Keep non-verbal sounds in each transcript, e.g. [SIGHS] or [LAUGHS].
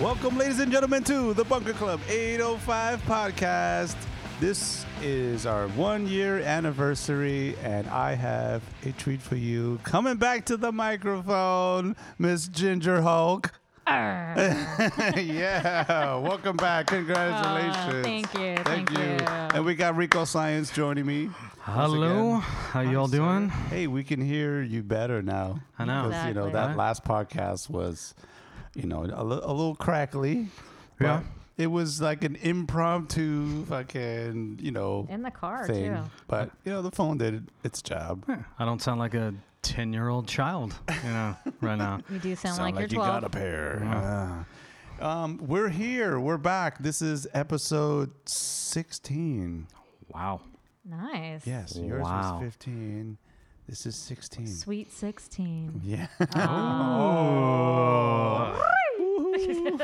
Welcome, ladies and gentlemen, to the Bunker Club 805 podcast. This is our one year anniversary, and I have a treat for you. Coming back to the microphone, Miss Ginger Hulk. [LAUGHS] yeah, welcome back. Congratulations. Ah, thank you, thank you. And we got Rico Science joining me. once Hello, again. how y'all doing? Hey, we can hear you better now. I know. 'Cause, You know Exactly. that Right. last podcast was, you know, a, li- a little crackly. but Yeah. It was like an impromptu fucking, you know, In the car thing. too. But you know, the phone did its job. Yeah, I don't sound like a ten-year-old child, you know, right [LAUGHS] now. You do sound, Sound like, like you you're 12. got a pair. Ah. Um, we're here. We're back. This is episode sixteen. Wow, nice. Yes, yours Wow. was fifteen. This is sixteen. Sweet 16. Yeah. Oh. [LAUGHS]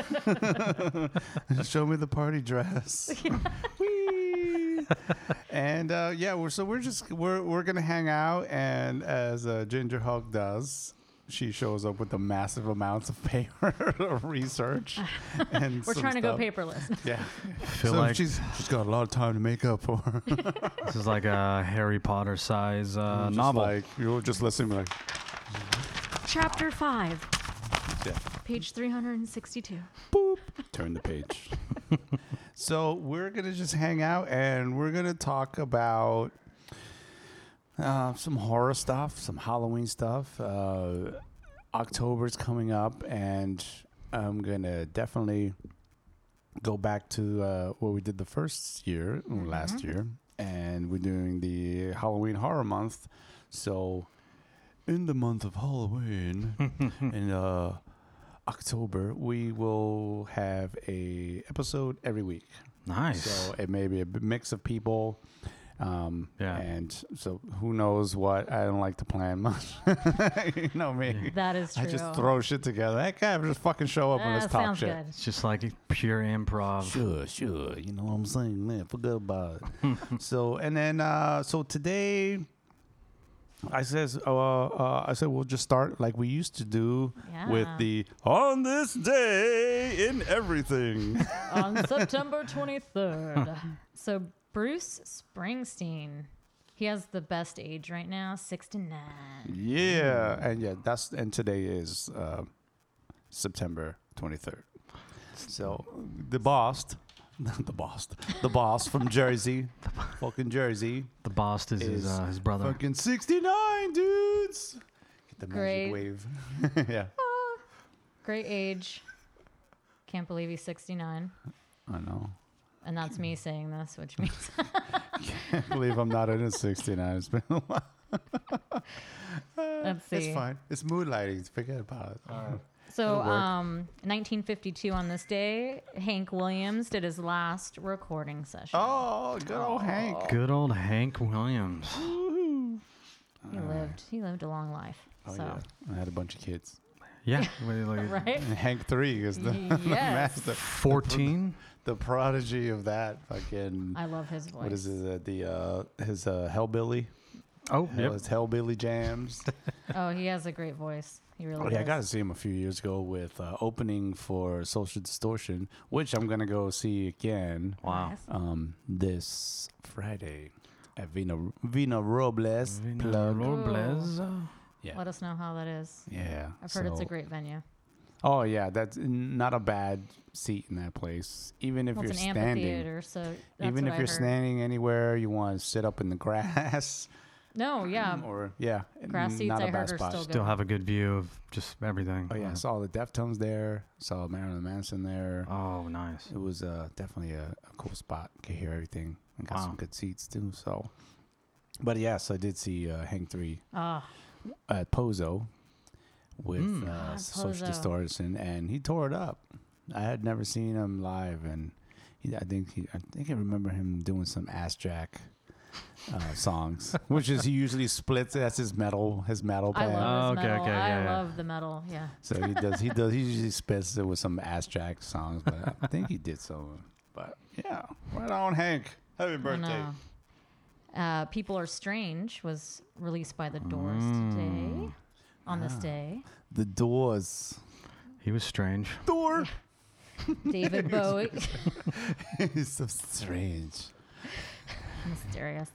Show me the party [LAUGHS] dress. [LAUGHS] Whee! and uh, yeah, we're so we're just we're we're gonna hang out, and as uh, Ginger Hulk does, she shows up with the massive amounts of paper [LAUGHS] of [LAUGHS] research. And We're some trying to go stuff. [LAUGHS] paperless. Yeah, feel so like she's she's got a lot of time to make up for. Her. this is like a Harry Potter size uh, [LAUGHS] Just novel. Like you're just listening, like Chapter 5, yeah. page 362. boop, turn the page. [LAUGHS] so we're gonna just hang out and we're gonna talk about uh, some horror stuff, some Halloween stuff. Uh, October's coming up, and I'm gonna definitely go back to uh, what we did the first year, or last year, and we're doing the Halloween Horror Month. So, in the month of Halloween, [LAUGHS] in uh, October, we will have a episode every week. Nice. So it may be a b- mix of people. Um, Yeah. And so who knows what? I don't like to plan much. [LAUGHS] you know me. That is [LAUGHS] true. I just throw shit together. That guy just fucking show up Ah, and let's talk sounds shit. good. it's just like pure improv. Sure, sure. You know what I'm saying? Man, forget about it. so and then uh so today I says uh, uh I said we'll just start like we used to do with Yeah. the on this day in everything. [LAUGHS] On September 23rd. So Bruce Springsteen, he has the best age right now, 69. yeah. And yeah, that's and today is uh September 23rd. So the boss, [LAUGHS] the boss, the boss from Jersey, fucking Jersey. The boss is, his, is uh, his brother. Fucking 69, dudes. Get the Great. magic wave. [LAUGHS] yeah. Great age. Can't believe he's 69. I know. And that's me saying this, which means [LAUGHS] I believe I'm not in a 69. It's been a while. let's see. It's fine. It's moonlighting. Forget about it. So, work. um, 1952 on this day, Hank Williams did his last recording session. Oh, good old Hank. Good old Hank Williams. he lived. He lived a long life. Oh, so, yeah. I had a bunch of kids. Yeah, wait, like [LAUGHS] right? And Hank 3 is [LAUGHS] the, [LAUGHS] the Yes. master, fourteen. the prodigy of that fucking. I love his voice. what is it? uh, The uh, his uh, hellbilly, Oh, Hell- yep. his hellbilly jams. Oh, he has a great voice. He really. Oh, does. yeah, I got to see him a few years ago with uh, opening for Social Distortion, which I'm gonna go see again Wow. Nice. um, this Friday at Vina Vina Robles. Vina plug. Robles. yeah, Let us know how that is. yeah. I've heard it's a so- great venue. Oh yeah, that's n- not a bad seat in that place. Even if Well, you're it's an standing, amphitheater, so that's even what if I you're heard. standing anywhere, you want to sit up in the grass [LAUGHS] No, yeah, or yeah, grass n- seats not a I bad heard are spot. still good. Still have a good view of just everything. Uh, Oh yeah, I saw the Deftones there. Saw Marilyn Manson there. Oh, nice. It was uh, definitely a, a cool spot. Could hear everything and got some Wow. good seats too. So, but yes, I did see uh, Hang Three Ah, at Pozo with Mm. uh, God, Social Ah, Pozo. Distortion, and he tore it up. I had never seen him live, and he, I think he, I think I remember him doing some ass jack. Uh, songs, which is he usually splits. That's his metal, his metal I band. love his Oh, okay, metal. okay, I yeah, yeah. love the metal. Yeah. So he does. He does. He usually spits it with some ass jack songs, but I think he did some. But yeah, right on, Hank. Happy I know. Uh, People Are Strange was released by The Doors Mm. today. Ah. [LAUGHS] On this day, The Doors. He was strange. Door. David Bowie. [LAUGHS] [LAUGHS] it's so strange. Mysterious.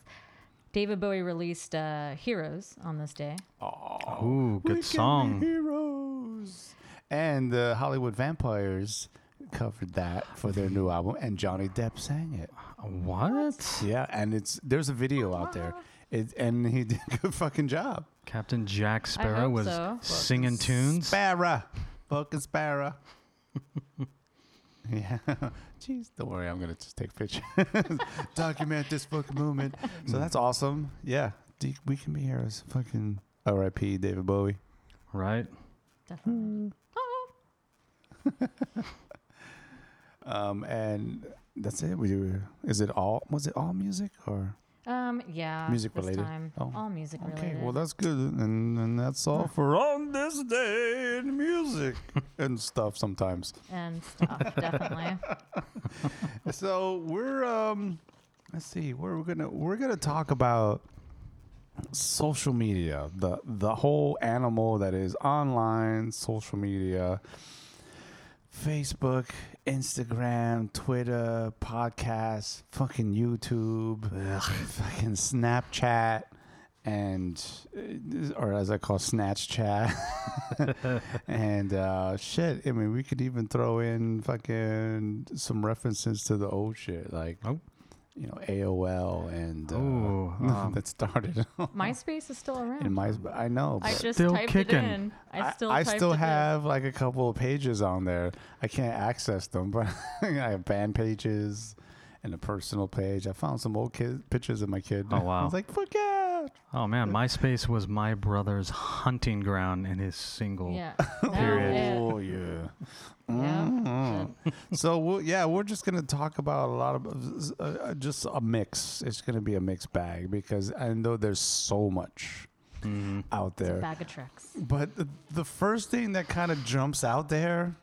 David Bowie released uh, Heroes on this day. Ooh, Oh, We can be good song. Heroes. And the Hollywood Vampires covered that for their new album, and Johnny Depp sang it. What? Yeah, and it's there's a video out there, it, and he did a good fucking job. Captain Jack Sparrow hope was so. singing tunes. Sparrow, fucking Sparrow. [LAUGHS] yeah, jeez, don't worry, I'm gonna just take pictures, [LAUGHS] document this fucking movement. So that's awesome. Yeah, D- we can be heroes. Fucking R.I.P. David Bowie. right. Definitely. Oh, Um, and that's it. We do. Is it all? Was it all music or? um, yeah. Hmm. Music this related. Time. Oh. All music Okay, related. well that's good, and and that's all for on this day in music and stuff sometimes. and stuff, [LAUGHS] definitely. So we're um, let's see, we're, we're gonna we're gonna talk about social media, the the whole animal that is online, social media, Facebook, Instagram, Twitter, podcasts, fucking YouTube, fucking Snapchat. And, uh, or as I call Snatch Chat. [LAUGHS] and uh, shit, I mean, we could even throw in fucking some references to the old shit, like, Oh. you know, AOL and uh, [LAUGHS] Ooh, um, that started MySpace is still around. in my. I know. I but just Still typed kicking. it in. I still, I typed still it in. have [LAUGHS] like a couple of pages on there. I can't access them, but [LAUGHS] I have band pages and a personal page. I found some old kid pictures of my kid. Oh, I wow. was like, fuck yeah. Oh Mm. man, MySpace was my brother's hunting ground in his single. Yeah. Now Oh yeah. it- yeah. Mm. so we'll, yeah, we're just gonna talk about a lot of uh, uh, just a mix. It's gonna be a mixed bag because I know there's so much Mm. out It's a there. bag of tricks. But the, the first thing that kind of jumps out there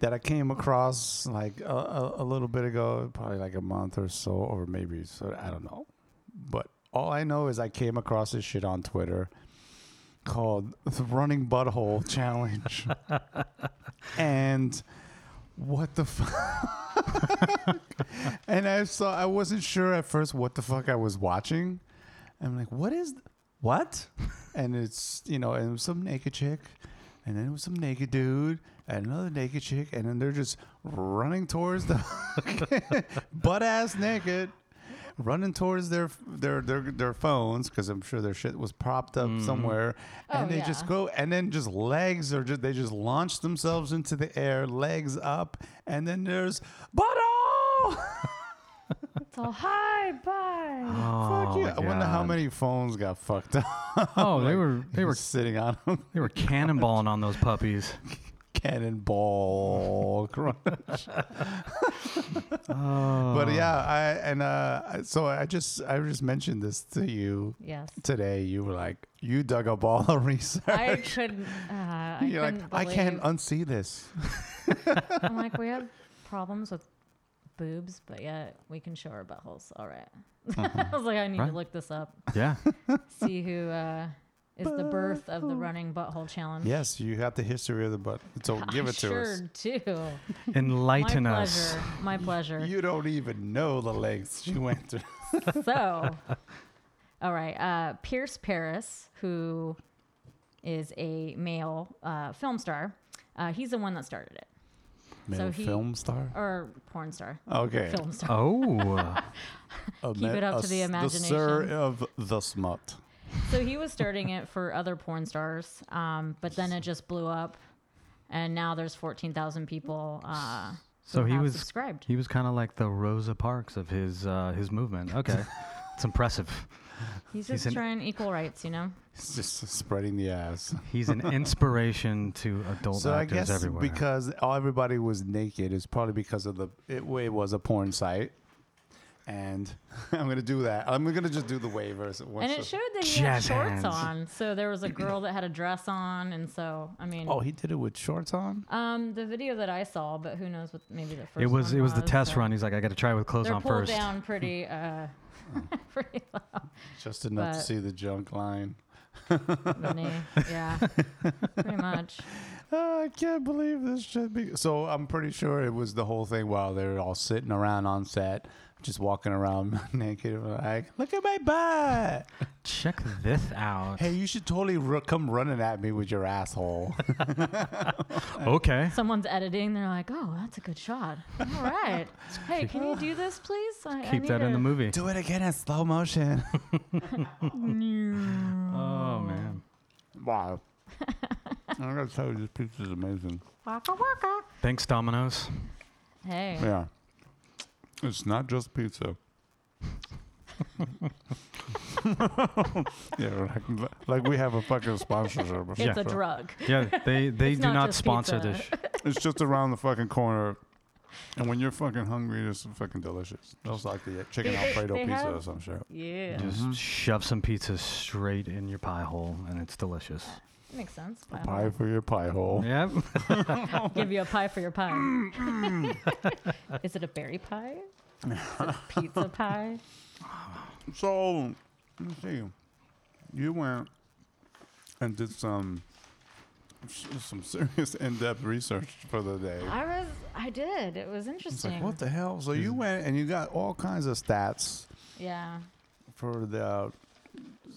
that I came across like a, a, a little bit ago, probably like a month or so, or maybe so I don't know. But all I know is I came across this shit on Twitter called the Running Butthole Challenge, and what the fuck? [LAUGHS] and I saw I wasn't sure at first what the fuck I was watching. I'm like, what is what? and it's you know, and it was some naked chick, and then it was some naked dude, and another naked chick, and then they're just running towards the [LAUGHS] butt ass naked, running towards their their their their phones because I'm sure their shit was propped up Mm. somewhere, and Oh, they just yeah. go, and then just legs are just they just launch themselves into the air, legs up, and then there's butthole. [LAUGHS] It's all hi, [GASPS] bye. Oh, Fuck yeah! I wonder how God. many phones got fucked up. Oh, they were they were sitting on them. they were cannonballing on those puppies. [LAUGHS] [LAUGHS] cannonball crunch. Oh. But yeah, I and uh, I- so I just I just mentioned this to you Yes. today. You were like, you dug a ball of [LAUGHS] research. I couldn't. Uh, I You're like, couldn't I can't believe- [LAUGHS] unsee this. I'm like, we have problems with boobs, but yet we can show our buttholes. All right. [LAUGHS] Uh-huh. I was like, I need Right. to look this up. Yeah. See who uh, is the birth of the running butthole challenge. Yes, you got the history of the butt. So give Mm-hmm. [LAUGHS] I it to sure us. do. [LAUGHS] My Enlighten us. pleasure. [LAUGHS] My pleasure. You don't even know the lengths she went through. [LAUGHS] so, all right. Uh, Pierce Paris, who is a male uh, film star, uh, he's the one that started it, Male he- film star. or porn star, Okay. film star. [LAUGHS] Oh. A Keep ma- it up a to the s- The sir imagination. of the smut. So he was starting it for other porn stars, um, but then it just blew up, and now there's 14,000 people. Uh, So who he have was- subscribed. He was kind of like the Rosa Parks of his uh, his [LAUGHS] movement. Okay, it's impressive. He's just an- trying equal rights, you know. It's just spreading the ass. He's [LAUGHS] an inspiration to adult So I actors guess everywhere. because all everybody was naked is probably because of the it, it was a porn site, and [LAUGHS] I'm gonna do that. I'm gonna just do the waivers. And once it the- showed that he had Jazz shorts hands. on. So there was a girl that had a dress on, and so I mean, Oh, he did it with shorts on. Um, the video that I saw, but who knows what maybe the first. it was one it was the test so run. He's like, I got to try with clothes They're on pulled first. down pretty, uh, [LAUGHS] pretty low. Just enough to but- see the junk line. [LAUGHS] the knee. Yeah, pretty much. "Ah, I can't believe this should be. So I'm pretty sure it was the whole thing while they were all sitting around on set, just walking around [LAUGHS] naked. Like, look at my butt. Check this out. Hey, you should totally ru- come running at me with your asshole. Okay. Someone's editing. They're like, "Oh, that's a good shot. All [LAUGHS] right. hey, can you do this, please? I, I "Ah." Keep that in the movie. [LAUGHS] Do it again in slow motion. [LAUGHS] movie. Oh man. [LAUGHS] wow. I gotta tell you, this pizza is amazing. Waka waka. Thanks, [LAUGHS] Domino's. Hey, Yeah. It's not just [LAUGHS] pizza. [LAUGHS] yeah, like, like we have a fucking sponsorship. or it's a something. drug. Yeah, they they It's do not not, just sponsor pizza. this. sh- It's just around the fucking corner. And when you're fucking hungry, it's fucking delicious. That's like the chicken They- they- Alfredo they pizza have- Uh-huh. or some shit. [LAUGHS] Yeah, Just Mm-hmm. shove some pizza straight in your pie hole, and it's delicious. makes sense. Wow. Pie for your pie hole. Yep. Give you a pie for your [LAUGHS] pie. [LAUGHS] Is it a berry pie? Is it a pizza pie? So, let me see. You went and did some some serious [LAUGHS] in-depth research for the day. I was. I did. It was It's interesting. like, what the hell? So you went and you got all kinds of stats [LAUGHS] yeah. for the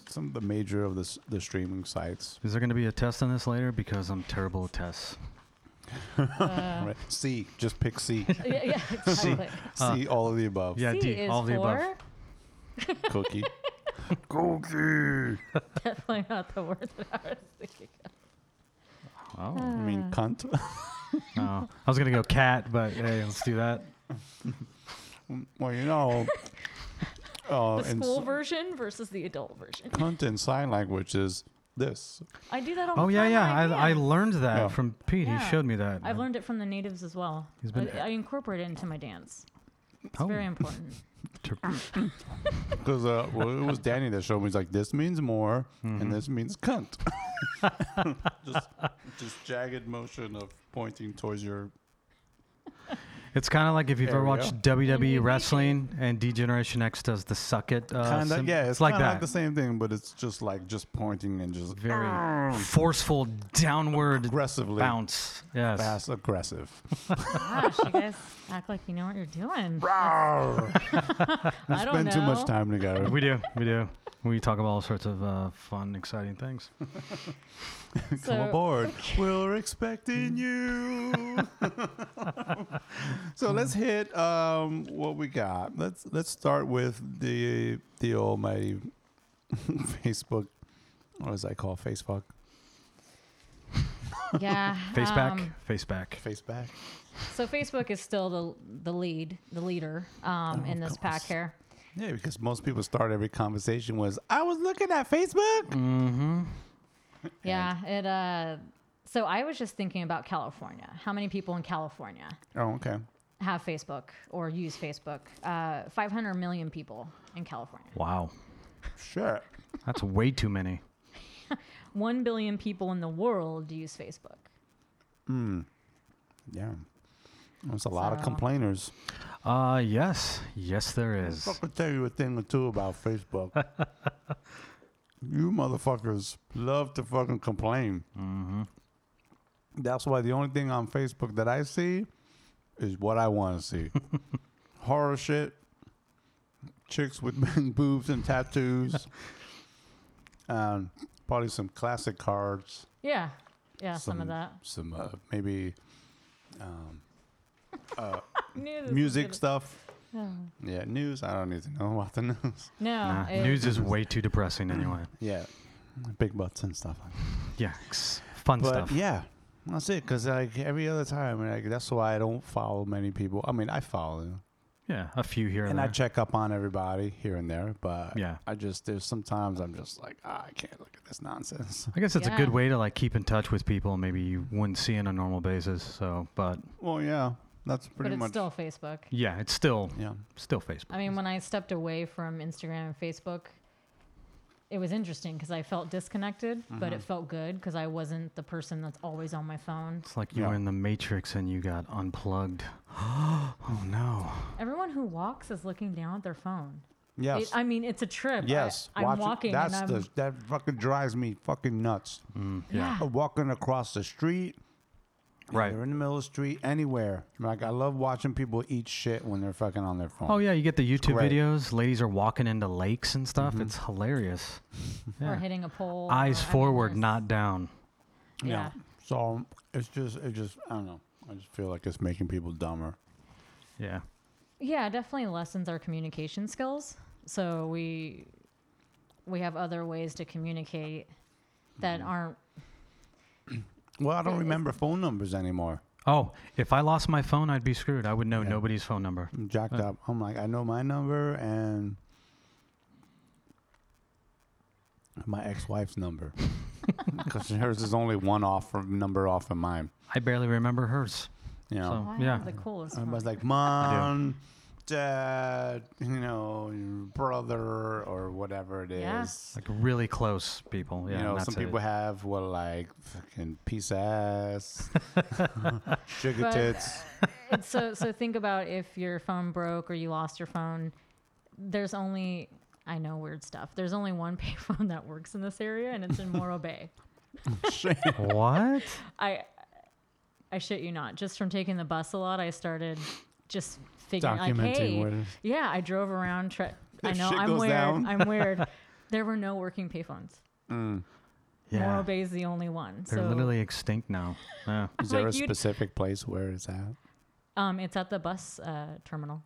some of the major of the s- the streaming sites. Is there going to be a test on this later? Because I'm terrible at tests. Uh, Right. C, just pick C. yeah, [LAUGHS] yeah, exactly. C, all of the above. Yeah, C D. is all of the above. for- [LAUGHS] Cookie. Cookie. Definitely not the word that I was thinking. Oh. I Hmm. mean, cunt. [LAUGHS] [LAUGHS] no. I was going to go cat, but hey, let's do that. well, you know, uh, [LAUGHS] Oh, The in, school s- version versus the adult version. cunt in sign language is this. I do that all Oh, the yeah, time. yeah. when I, I can. learned that Yeah. from Pete. Yeah. He showed me that. I've learned it from the natives as well. He's been- I, I incorporate it into my dance. It's Oh. very [LAUGHS] important. Because uh, well, it was [LAUGHS] Danny that showed me. He's like, this means more, and this means cunt. Mm-hmm. [LAUGHS] just, just jagged motion of pointing towards your. It's kind of like if you've There ever we watched WWE wrestling and Degeneration X does the suck it. Uh, Kinda, sim- yeah, it's, like kinda that. like the same thing, but it's just like just pointing and just ah. Very forceful downward aggressively bounce. Yes. fast [LAUGHS] aggressive. Gosh, you guys act like you know what you're doing. we I don't spend too know. much time together. We do. We do. We talk about all sorts of uh, fun, exciting things. Come So- aboard. We're expecting you. [LAUGHS] so let's hit um, what we got. Let's let's start with the the almighty [LAUGHS] Facebook. What does I call Facebook? Yeah. [LAUGHS] Face back. um, Face back. Face back. so Facebook is still the the lead, the leader Oh, um, in this pack here. Yeah, because most people start every conversation with "I was looking at Facebook." Yeah. It. Uh, so I was just thinking about California. How many people in California Oh, okay. have Facebook or use Facebook? Uh, 500 million people in California. Wow. Sure. That's way too many. One billion people in the world use Facebook. Hmm. Yeah. There's a lot of So- complainers. Uh, yes. Yes, there is. I could tell you a thing or two about Facebook. you motherfuckers love to fucking complain. That's why the only thing on Facebook that I see is what I want to see horror shit, chicks with big [LAUGHS] boobs and tattoos, and probably some classic cards Yeah. Yeah. Some, of that. some uh, maybe Knew this was music gonna- stuff. Oh. Yeah, news. I don't need to know about the [LAUGHS] news. No. Nah, it- news is way too [CLEARS THROAT] depressing anyway. Yeah, big butts and stuff. Like that. Yeah. ex- Fun But stuff. yeah, that's it. Because like every other time, and like, that's why I don't follow many people. I mean, I follow them, Yeah. A few here and, and I there. check up on everybody here and there. But Yeah. I just there's sometimes I'm just like ah, I can't look at this nonsense. [LAUGHS] I guess it's a Yeah. good way to like keep in touch with people maybe you wouldn't see on a normal basis. So, but Well, yeah, that's but pretty it's much still Facebook. yeah, it's still yeah. still Facebook. I mean, when I stepped away from Instagram and Facebook, it was interesting because I felt disconnected, but Mm-hmm. it felt good because I wasn't the person that's always on my phone. It's like you Yeah. were in the Matrix and you got unplugged. [GASPS] oh no! Everyone who walks is looking down at their phone. Yes. It, I mean, it's a trip. I- Yes, I'm watch it. walking That's and I'm. the that fucking drives me fucking nuts. yeah. Walking across the street, Right. They're in the middle of the street, anywhere. Like I love watching people eat shit when they're fucking on their phone. Oh yeah, you get the YouTube great. videos. Ladies are walking into lakes and stuff. Mm-hmm. It's [LAUGHS] hilarious. or Yeah. hitting a pole. Eyes or- I mean, forward, there's- not down. Yeah. So it's just, it just, I don't know. I just feel like it's making people dumber. Yeah. Yeah, it definitely lessens our communication skills. So we we have other ways to communicate Mm-hmm. that aren't Well, I don't It is- remember phone numbers anymore. Oh, if I lost my phone, I'd be screwed. I would know nobody's phone number. I'm jacked up. I'm like, I know my number and my ex-wife's [LAUGHS] number because hers is only one off from number off of mine. I barely remember hers. You know. So- why yeah. the coolest. I one. was like, mom, dad, you know, your brother, or whatever it is. Yeah. Like really close people. Yeah. you know, and some that's it. people have what, like, fucking piece of [LAUGHS] ass, sugar But- [LAUGHS] tits. It's so so think about if your phone broke or you lost your phone. There's only I know weird stuff. There's only one [LAUGHS] payphone that works in this area, and it's in [LAUGHS] Morro Bay. Shit. [LAUGHS] What? I I shit you not. Just from taking the bus a lot, I started just figuring like, Documenting hey, what is- yeah, I drove [LAUGHS] around. Tra- I If know shit I'm goes weird. down. [LAUGHS] I'm weird. There were no working payphones. Mm. Yeah. Morro Bay is the only one. They're so literally extinct now. [LAUGHS] Yeah. Is there Like, a you'd- specific place where it's at? um, it's at the bus uh, terminal,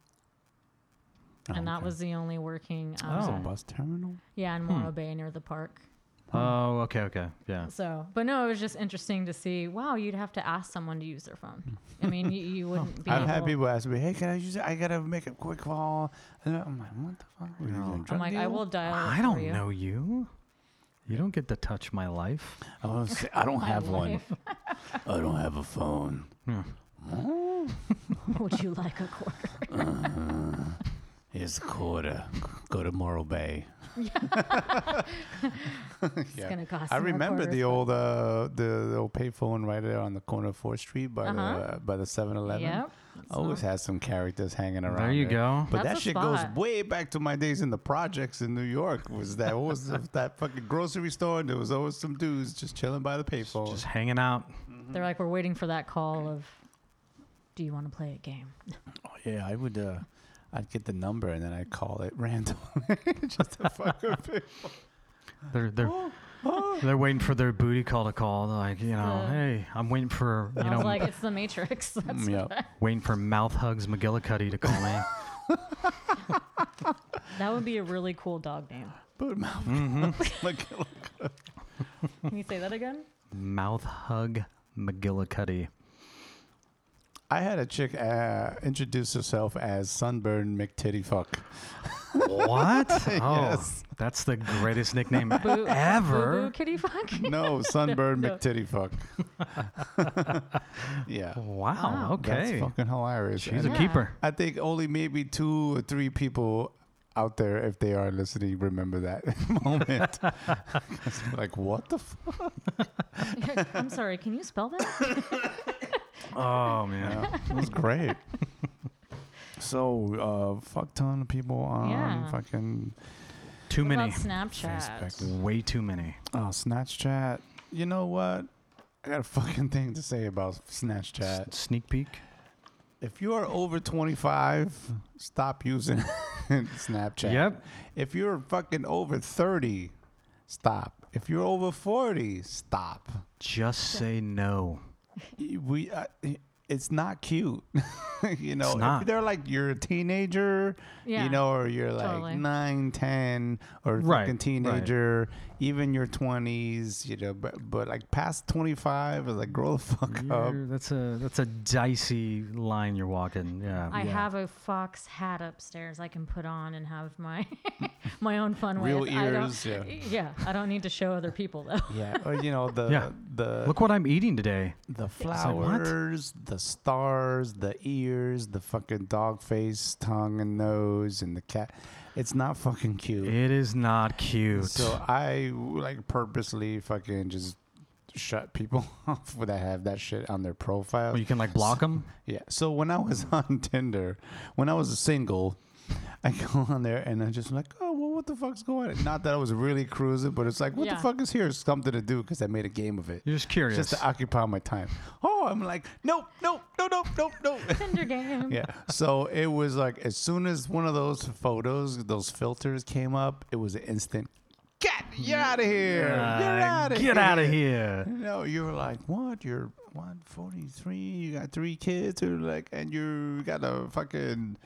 Oh, and that okay. Oh. was the only working. There's a Um, bus terminal? Yeah, in Morro Bay near the park. Hmm. Oh, okay, okay. Yeah. So, but no, it was just interesting to see. Wow, you'd have to ask someone to use their phone. I mean, you, [LAUGHS] Oh. you wouldn't be. I've able, had people ask me, hey, can I use it? I got to make a quick call. And I'm like, what the fuck? What are you No. doing, I'm drug like, I deal?" will dial. it I for don't you. know you. You don't get to touch my life. I wanna say, Oh, I don't My have one. [LAUGHS] life. I don't have a [LAUGHS] phone. Yeah. Would you like a quarter? Here's a quarter. Go to Morro Bay. It's gonna cost. I more remember quarters. the old uh, the, the old payphone right there on the corner of Fourth Street by Uh-huh. the by the Seven Eleven. Yep. Always has some characters hanging around. There you go. But That's that a shit spot. goes way back to my days in the projects in New York. Was that what [LAUGHS] was the, that fucking grocery store? And there was always some dudes just chilling by the payphone. Just hanging out. They're like, we're waiting for that call of, do you want to play a game? oh, yeah, I would. Uh, I'd get the number and then I'd call it [LAUGHS] randomly. just a fucking payphone. They're they're Oh, [GASPS] they're waiting for their booty call to call. They're like, you know, The- hey, I'm waiting for you I know, was like, it's the Matrix. [LAUGHS] That's Yep. waiting for mouth hugs McGillicuddy to call me. [LAUGHS] that would be a really cool dog name. But mouth. Mm-hmm. [LAUGHS] like, Can you say that again? mouth hug McGillicuddy. I had a chick uh, introduce herself as Sunburn McTitty Fuck. What? [LAUGHS] Oh, Yes. that's the [LAUGHS] greatest nickname [LAUGHS] Boo, Boo, ever. kitty fuck. No, Sunburn No. McTitty Fuck. [LAUGHS] yeah. Wow. That's Okay. fucking hilarious. She's a Yeah. keeper. I think only maybe two or three people out there, if they are listening, remember that [LAUGHS] moment. It's like, what the fuck? [LAUGHS] I'm sorry. Can you spell that? Oh man. Yeah, it was great. [LAUGHS] So, uh, fuck ton of people on Yeah. fucking Too What about many. Snapchat. Way too many. Oh, Snapchat. You know what? I got a fucking thing to say about S- Snapchat. sneak peek. If you are over 25, stop using [LAUGHS] Snapchat. Yep. If you're fucking over 30, stop. If you're over 40, stop. Just say no. We uh, it's not cute. [LAUGHS] you know, It's not. if they're like you're a teenager, Yeah, you know, or you're totally. like nine, ten, 9, 10 or Right, fucking right. teenager, even your 20s, you know, but, but like past 25 is like grow the fuck up. You're- that's a that's a dicey line you're walking. Yeah. I yeah. have a fox hat upstairs I can put on and have my [LAUGHS] my own fun Real with. ears, I yeah. don't, yeah, I don't need to show other people though. [LAUGHS] Yeah, or, you know the Yeah. the Look what I'm eating today. the like, what? flowers, the stars, the ears, the fucking dog face, tongue and nose, and the cat. It's not fucking cute. It is not cute. So I like purposely fucking just shut people [LAUGHS] off that have that shit on their profile. Well, you can like block them. yeah. So when I was [LAUGHS] on Tinder, when I was single, I go on there and I just like, oh, well, what the fuck's going on? Not that I was really cruising, but it's like, what Yeah. the fuck is here? Something to do because I made a game of it. uh, You're just curious. Just to occupy my time. Oh, go? I'm like, nope, nope, no, nope, nope, nope. [LAUGHS] Tinder game. yeah. So it was like as soon as one of those photos, those filters came up, it was an instant. Get you're out of here. you're out of Uh, Get out of here. No, you were like, what? You're 143. You got three kids, or like, and you got a fucking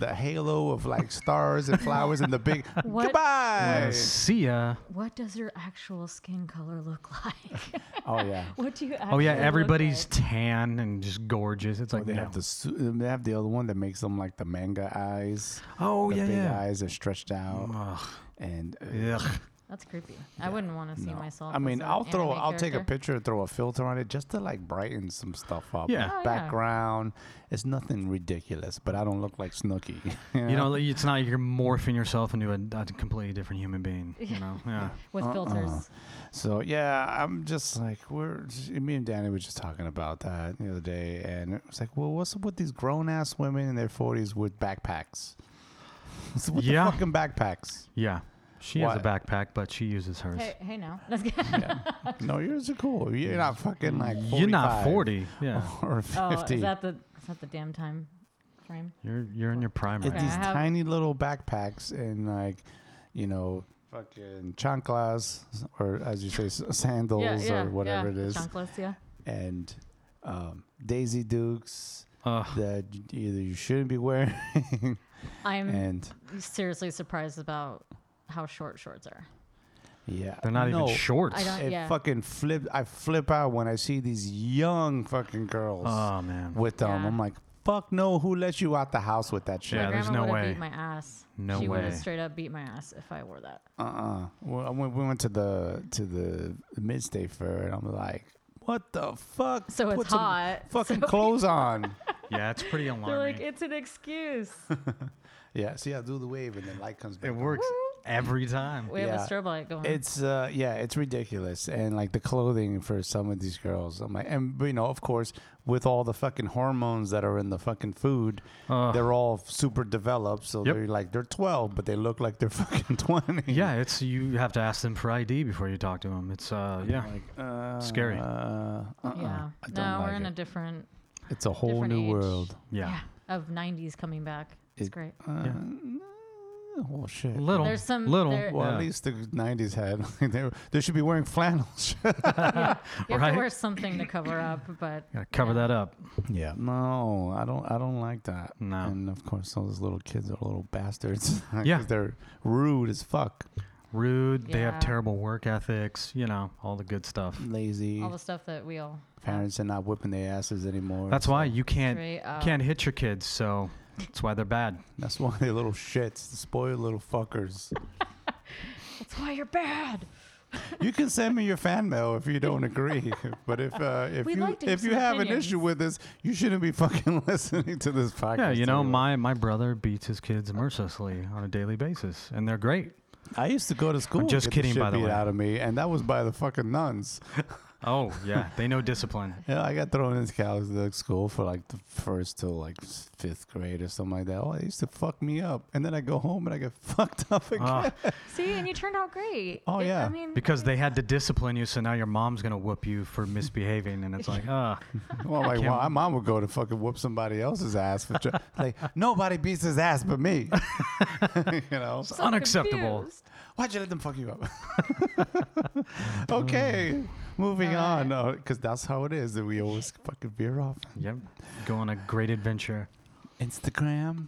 the halo of like stars and flowers and the big What- goodbye. See ya. What does your actual skin color look like? [LAUGHS] Oh yeah. what do you? Actually Oh yeah, look everybody's like? tan and just gorgeous. It's like They no. have the su- they have the other one that makes them like the manga eyes. oh the yeah, big yeah. Mm. eyes are stretched out Ugh. and uh, Ugh. That's creepy. I wouldn't want to see myself. I as mean, an I'll throw, anime I'll take a character. picture, throw a filter on it just to like brighten some stuff up. Yeah. Oh, yeah. Background. It's nothing ridiculous, but I don't look like Snooki. [LAUGHS] You know, it's not like you're morphing yourself into a, a completely different human being. You know, yeah. with uh-uh. filters. So yeah, I'm just like we're me and Danny were just talking about that the other day, and it was like, well, what's up with these grown ass women in their 40s with backpacks? [LAUGHS] What's up with Yeah. the fucking [LAUGHS] backpacks? Yeah. She has a Why- backpack, but she uses hers. Hey, hey [LAUGHS] now. [LAUGHS] no, yours are cool. You're not fucking like 45 You're not 40. Yeah. [LAUGHS] or oh, 50. is that the is that the damn time frame? You're you're in your prime Get right these now. have- tiny little backpacks and like, you know, fucking chanclas or as you say, s- sandals or whatever it is, Chunkless, yeah. and um, Daisy Dukes Ugh. that y- either you shouldn't be wearing, I'm and seriously surprised about how short shorts are. yeah, They're not no, even shorts. I don't- It Yeah. fucking flip. I flip out when I see these young fucking girls Oh man. with them. Yeah. I'm like, fuck no, who let you out the house with that shit? Yeah, my there's grandma no would have way. beat my ass. No she would way. have straight up beat my ass if I wore that. uh-uh. Well, I went, we went to the to the midstate fair, and I'm like, what the fuck? So it's Put some hot. [LAUGHS] [LAUGHS] Fucking so clothes [LAUGHS] on. Yeah, it's pretty They're alarming. like, it's an excuse. [LAUGHS] yeah. See, I do the wave, and then light comes back. it on. works every time. We have Yeah. a strobe light going. It's uh yeah, it's ridiculous, and like the clothing for some of these girls. I'm like, and you know, of course, with all the fucking hormones that are in the fucking food, Ugh. they're all super developed. So Yep. they're like they're 12, but they look like they're [LAUGHS] fucking 20. Yeah, it's you have to ask them for ID before you talk to them. It's uh yeah. Like, uh, Scary. Uh, uh-uh. yeah. I don't No, like we're in it. a different It's a whole different new age. world. yeah. of 90s coming back. It's It- great. Uh, Yeah. Well, Uh, oh, shit. Little There's some- little there- Well, yeah. at least the 90s had. [LAUGHS] they, were, they should be wearing flannels. [LAUGHS] You have Right? to wear something to cover up, but Gotta cover that up. yeah. No, I don't. I don't like that. No. And of course, those little kids are little bastards. [LAUGHS] 'Cause [LAUGHS] Yeah. They're rude as fuck, Rude, they have Yeah. terrible work ethics, you know, all the good stuff. lazy. all the stuff that we all have. Parents are not whipping their asses anymore. That's so why you can't Straight you up. can't hit your kids, so that's why they're bad. [LAUGHS] That's why they little shits, the spoiled little fuckers. That's why you're bad. you can send me your fan mail if you don't agree. [LAUGHS] but if uh, if We'd you like to hear if you some have an opinions. issue with this, you shouldn't be [LAUGHS] fucking listening to this podcast. Yeah, you know, anyway. my, my brother beats his kids mercilessly on a daily basis, and they're great. I used to go to school. and just get kidding, The shit by the beat way. out of me, and that was by the fucking nuns. Oh yeah, they know [LAUGHS] discipline. Yeah, I got thrown into Catholic school for like the first till like s- fifth grade or something like that. Oh, they used to fuck me up, and then I go home and I get [LAUGHS] fucked up again. Ah. See, and you turned out great. Oh, It- yeah. I mean, Because they had to discipline you, so now your mom's gonna whoop you for misbehaving, and it's like, ah, well, I'm like, Kim- well, my mom would go to fucking whoop somebody else's ass [LAUGHS] for tr- like nobody beats his ass but me. you know, so unacceptable. confused. why'd you let them fuck you up? [LAUGHS] okay, moving on, because that's how it is that we always fucking veer off. yep, go on a great adventure. Instagram.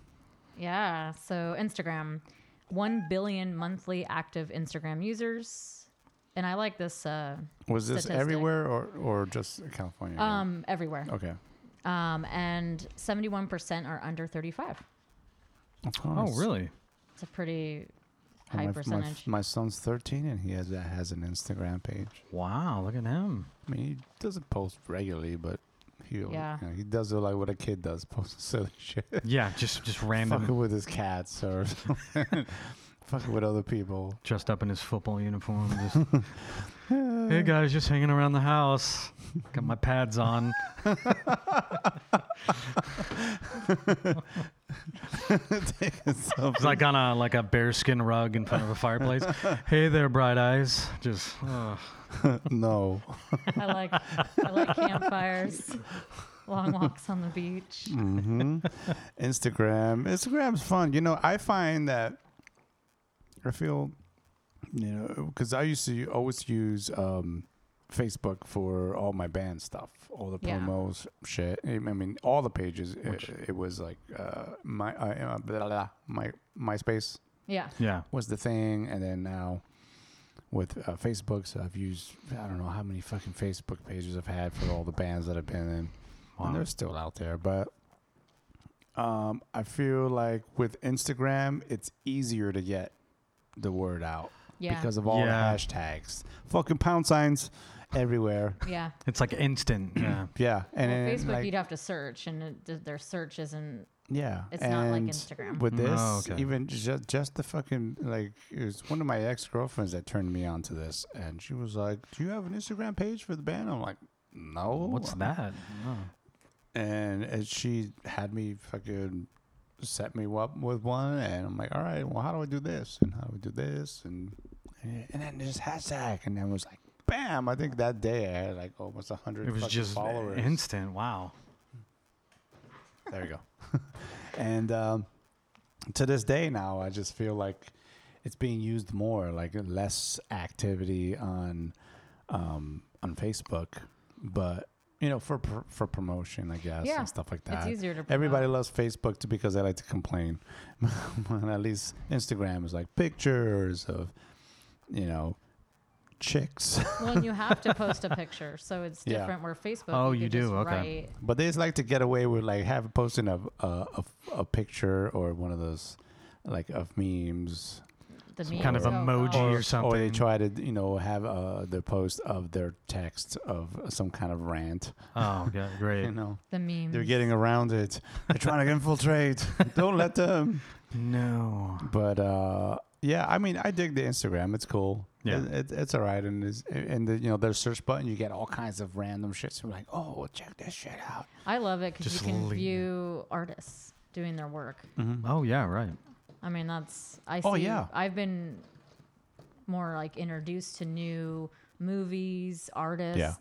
Yeah. So Instagram, one billion monthly active Instagram users, and I like this uh, Was this Statistic. everywhere or or just California? um, everywhere. okay. Um, and seventy-one percent are under thirty-five. Of Oh course. really? It's a pretty And Oh, high my, my- percentage. My, son's 13 and he has a, has an Instagram page. Wow, look at him. I mean, he doesn't post regularly, but he you Yeah. know, he does it like what a kid does, [LAUGHS] post silly shit. Yeah, just just random, Fucking with his cats or [LAUGHS] fucking with other people. [LAUGHS] dressed up in his football [LAUGHS] uniform. Just, hey guys, just hanging around the house. Got my pads on. Taking It's something. like on a like a bearskin rug in front of a [LAUGHS] fireplace. hey there, bright eyes. Just uh, ugh. no. I like I like [LAUGHS] campfires, long walks on the beach. hmm Instagram. Instagram's fun. You know, I find that I feel, you know, because I used to always use um, Facebook for all my band stuff, all the Yeah. promos, shit. I mean, all the pages. It, Which- it was like uh, my uh, uh, blah, blah, blah, my MySpace Yeah. yeah. was the thing, and then now with uh, Facebook, so I've used I don't know how many fucking Facebook pages I've had for all the bands that I've been in Wow. and they're still out there. But um, I feel like with Instagram, it's easier to get the word out Yeah. because of all Yeah. the hashtags, fucking pound signs everywhere. yeah. It's like instant. [CLEARS THROAT] Yeah. Yeah, and well, then, Facebook, like, you'd have to search, and it, th- their search isn't. yeah, it's not like and Instagram. With No, this, Oh, okay. even just just the fucking like, it was one of my ex girlfriends that turned me on to this, and she was like, "Do you have an Instagram page for the band?" I'm like, "No, What's that? Oh. and, and she had me fucking set me up with one, and I'm like, all right, well, how do I do this, and how do I do this, and and then there's hashtag, and then it was like, bam! I think that day I had like almost a hundred It was fucking just followers. instant. Wow. [LAUGHS] there you go. [LAUGHS] and um, to this day now, I just feel like it's being used more, like less activity on um, on Facebook, but you know, for pr- for promotion, I guess, Yeah, and stuff like that. it's easier to. promote. Everybody loves Facebook too because they like to complain. [LAUGHS] Well, At least Instagram is like pictures of, you know, chicks. [LAUGHS] Well, and you have to post a picture, so it's Yeah. different. Where Facebook. Oh, you could just do, okay. write- but they just like to get away with like have posting a a, a, a picture or one of those like of memes, the Some memes. kind of Oh, emoji God. or something. or they try to you know have uh, their post of their text of some kind of rant. Oh, [LAUGHS] yeah, great. You know, The memes. they're getting around it. They're trying to infiltrate. Don't let them. no. but uh yeah i mean i dig the instagram it's cool Yeah. it, it, it's all right and it's, and the, you know their search button you get all kinds of random shit so like oh well, check this shit out I love it because Just you can lean. view artists doing their work. Mm-hmm. Oh yeah, right. I mean, that's I see. Oh, yeah. I've been more like introduced to new movies, artists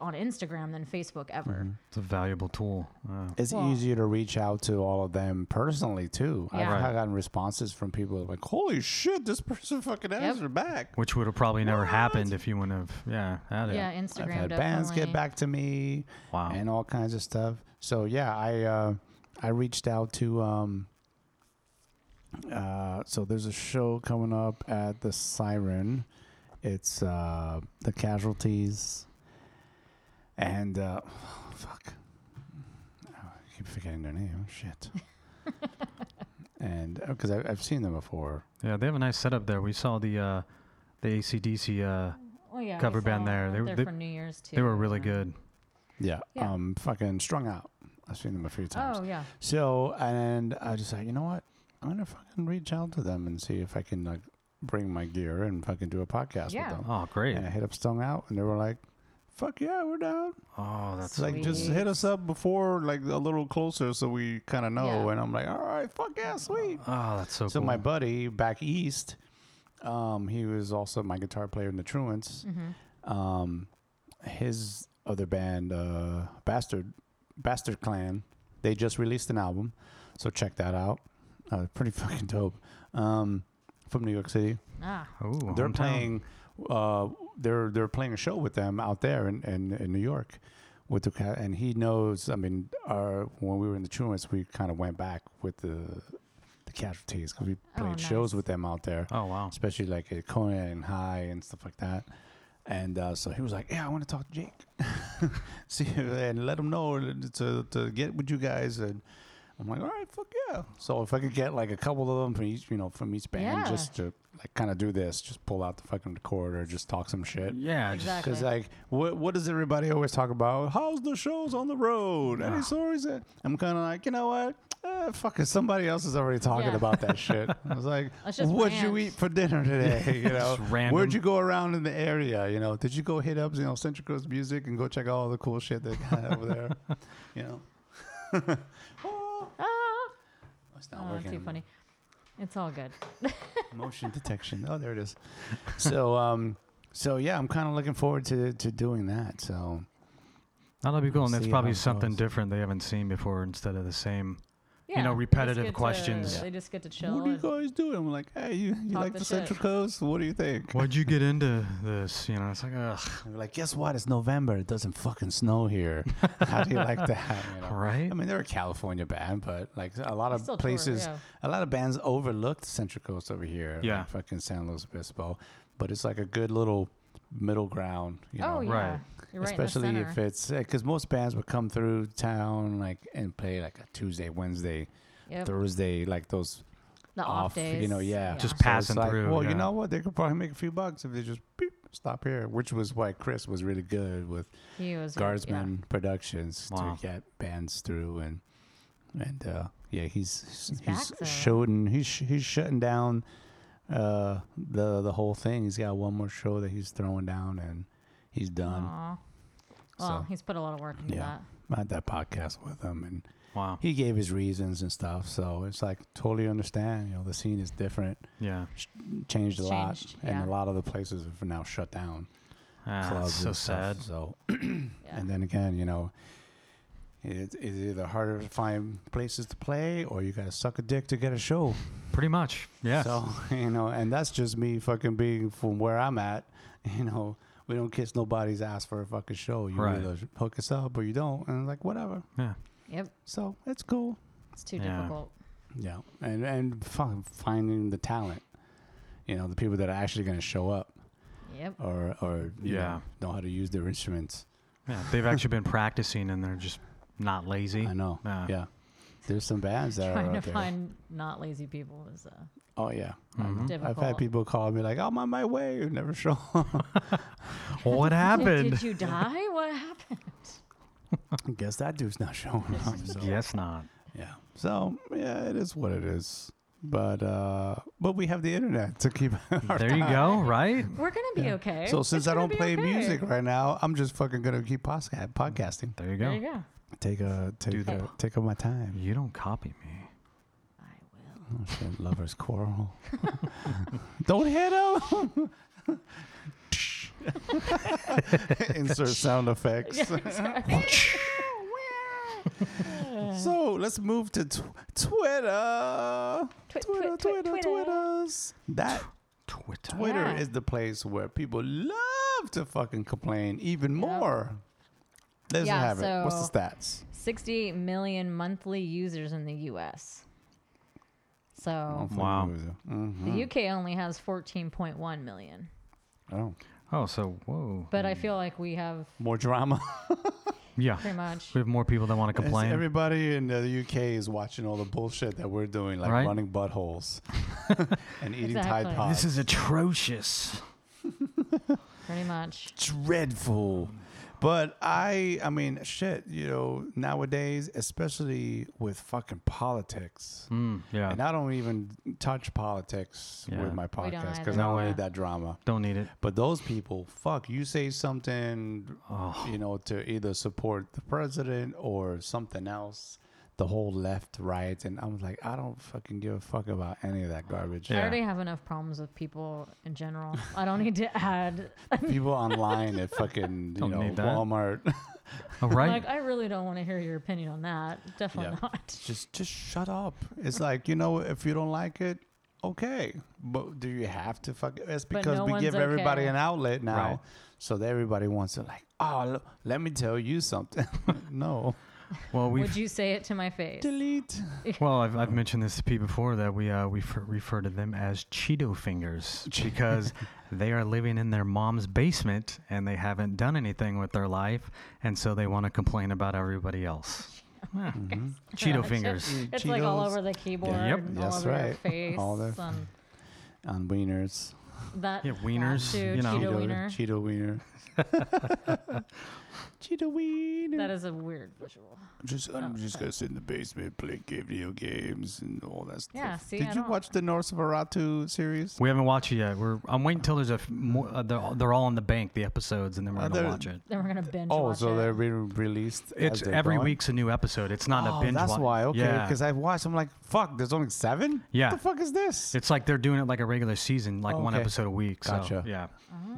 on Instagram than Facebook ever. Mm-hmm. It's a valuable tool. Uh, it's Well- easier to reach out to all of them personally too i've Yeah. I've gotten responses from people like holy shit this person fucking answered back which would have probably never happened if you wouldn't have, yeah, had it. Yeah, i've Instagram had definitely. bands get back to me Wow. and all kinds of stuff. So yeah, I uh, I reached out to um, uh, so there's a show coming up at the Siren. It's uh, the Casualties, and uh, [SIGHS] fuck, Oh, I keep forgetting their name. Shit. and because I I've seen them before. yeah, they have a nice setup there. We saw the uh, the ACDC. Uh, Oh, yeah, we cover band saw there. They were- there they- for New Year's too. they were really yeah. good. Yeah. Yeah. Um, fucking strung out. I've seen them a few times. Oh yeah, So and I just like, you know what? I'm gonna fucking reach out to them and see if I can like bring my gear and fucking do a podcast Yeah. with them. Oh, great. And I hit up Stung Out and they were like, Fuck yeah, we're down. Oh, that's like just Sweet. hit us up before like a little closer so we kinda know. Yeah. And I'm like, All right, fuck yeah, sweet. oh, that's so. So cool. my buddy back east, um, he was also my guitar player in the truants. mm-hmm. Um, his other band, uh, Bastard Bastard Clan, they just released an album, so check that out. Uh, pretty [LAUGHS] fucking dope. Um, from New York City, ah, Ooh, they're hometown. playing. Uh, they're they're playing a show with them out there in, in, in New York, with the ca- and he knows. I mean, our when we were in the truants, we kind of went back with the the casualties because we Oh, played shows nice. with them out there Oh wow. especially like at Conan and High and stuff like that. And uh, so he was like, "Yeah, I want to talk to Jake, [LAUGHS] see, and let him know to to get with you guys." And I'm like, "All right, fuck yeah!" So if I could get like a couple of them from each, you know, from each band, Yeah. just to like kind of do this, just pull out the fucking recorder, just talk some shit. Yeah. Just, exactly. Because like, what what does everybody always talk about? How's the shows on the road? Yeah. Any stories? That I'm kind of like, you know what? Uh, fuck it, somebody else is already talking Yeah. about [LAUGHS] that shit. I was like, Let's just what'd you rant. eat for dinner [LAUGHS] today? You know, Just random. where'd you go around in the area? You know, did you go hit up you know Central Coast Music and go check out all the cool [LAUGHS] shit they got over there? You know. [LAUGHS] Oh, ah, I it's not Oh, working. too funny. It's all good. [LAUGHS] Motion detection. Oh, there it is. So, um, so yeah, I'm kind of looking forward to to doing that. So, That'll be cool. And that's See how probably it something goes. different they haven't seen before instead of the same. Yeah, know, they just repetitive get to- questions. they just get to chill. what do you and- guys do? I'm like, hey, you, you Talk like the the, shit. Central Coast? What do you think? Why'd you get into this? You know, it's [LAUGHS] like, ugh, And they're like, guess what? It's November. It doesn't fucking snow here. How do you like that? You [LAUGHS] know? right? I mean, they're a California band, but like a lot still of tour, places, yeah. a lot of bands overlooked Central Coast over here. like Yeah. fucking San Luis Obispo, but it's like a good little middle ground. You know? oh yeah, right. You're right especially in the if center. it's because most bands would come through town like and play like a Tuesday, Wednesday, Yep. Thursday, like those the off, off, days. you know, yeah, Just So it's passing like, through, Well, yeah. you know what? They could probably make a few bucks if they just beep, stop here, which was why Chris was really good with he was Guardsman Productions Wow. to get bands through and and uh, yeah, he's He's he's, back, though. showing he's sh- he's shutting down uh, the the whole thing. He's got one more show that he's throwing down and he's Yeah. done. Aw. Well, So, he's put a lot of work into yeah. I had that podcast with him and Wow. he gave his reasons and stuff. So it's like totally understand. You know, the scene is different, Yeah. changed It's a lot, changed, yeah. and a lot of the places have now shut down. Ah, clubs that's so and stuff. sad. So that. Yeah. and then again, you know, it, it's either harder to find places to play or you got to suck a dick to get a show. Pretty much. Yeah. So [LAUGHS] you know, and that's just me fucking being from where I'm at. [LAUGHS] You know. We don't kiss nobody's ass for a fucking show. You Right. either hook us up or you don't, and like whatever. yeah. yep, So it's cool. it's too Yeah. difficult. Yeah, and and fi- finding the talent, you know, the people that are actually going to show up Yep. or or you Yeah. know, know how to use their instruments. Yeah. They've actually been practicing and they're just not lazy. I know. Yeah. Yeah, there's some bands that Trying are to out there. find not lazy people is uh, oh yeah, Mm-hmm. I know. difficult. I've had people call me like, "Oh, "I'm on my way," who never show. up. [LAUGHS] Well, what [LAUGHS] happened? Did you die? What happened? [LAUGHS] Guess that dude's not showing up. [LAUGHS] So, Yes, not. Yeah. So yeah, it is what it is. But uh, but we have the internet to keep. [LAUGHS] our There you go, right? We're gonna be Yeah. okay. So It's since I gonna don't be play okay. music right now, I'm just fucking gonna keep posca- podcasting. There you there you go. go. Take a take the- a, take up my time. You don't copy me. I will. Oh, shit, lovers quarrel. [LAUGHS] Don't hit him. [LAUGHS] Insert sound [LAUGHS] effects. so let's move to tw- Twitter. Twitter, Twi- twi- twi- Twitter, Twitter. Twitters. That Twitter. [LAUGHS] Twitter Yeah. is the place where people love to fucking complain even more. Let's Yeah, have it. What's so- the stats? 68 million monthly users in the U.S. So Wow. Mhm. the UK only has 14.1 million. Oh, Oh, so whoa. But Hmm. I feel like we have more drama. Yeah. pretty much. We have more people that want to It's complain. Everybody in the UK is watching all the bullshit that we're doing, like Right. running buttholes [LAUGHS] and eating Exactly. Tide Pods. this is atrocious. Pretty much. dreadful. But I, I mean, shit, you know, nowadays, especially with fucking politics, Mm, yeah. and I don't even touch politics Yeah. with my We don't podcast because either. I No don't way. need that drama. Don't need it. But those people, fuck, you say something, Oh. you know, to either support the president or something else, the whole left, right. And I was like, I don't fucking give a fuck about any of that garbage. I Yeah. already have enough problems with people in general. I don't [LAUGHS] need to add. People [LAUGHS] online at fucking, you Don't know, need that. [LAUGHS] Walmart. All right. Like, I really don't want to hear your opinion on that. Definitely Yeah. not. just, just shut up. It's like, you know, if you don't like it, okay. But do you have to fuck It's because no we one's give everybody okay. an outlet now. Right. So that everybody wants to, like, oh, lo- let me tell you something. [LAUGHS] no. Well, we've Would you say it to my face? Delete. Well, I've, I've mentioned this to Pete before that we uh, we refer, refer to them as Cheeto fingers [LAUGHS] because they are living in their mom's basement and they haven't done anything with their life, and so they want to complain about [LAUGHS] everybody else. Yeah. Gotcha. Cheeto fingers. [LAUGHS] It's like all Mm-hmm. Cheetos. over the keyboard, Yep. and all Yes, over your right. face. All the- and- on wieners. That Yeah, wieners, that, too, you know. Cheeto Cheeto- wiener. Cheeto [LAUGHS] wiener. Cheeto wiener. That is Oh, a weird visual. Just I'm just gonna sit in the basement, play game, video games, and all that stuff. Yeah, see, Did I you don't- watch the Nosferatu series? We haven't watched it yet. We're I'm waiting until there's a f- more, uh, they're, all- they're all in the bank the episodes and then we're Are gonna there- watch it. Then we're gonna binge Oh, watch so it. they're being released. as It's they're every going? week's a new episode. It's not oh, a binge. that's wa- why. Okay, Yeah. because I watched. I'm like, fuck. There's only seven. Yeah. What the fuck is this? It's like they're doing it like a regular season, like one Oh, Okay. episode a week. So, Gotcha. Yeah.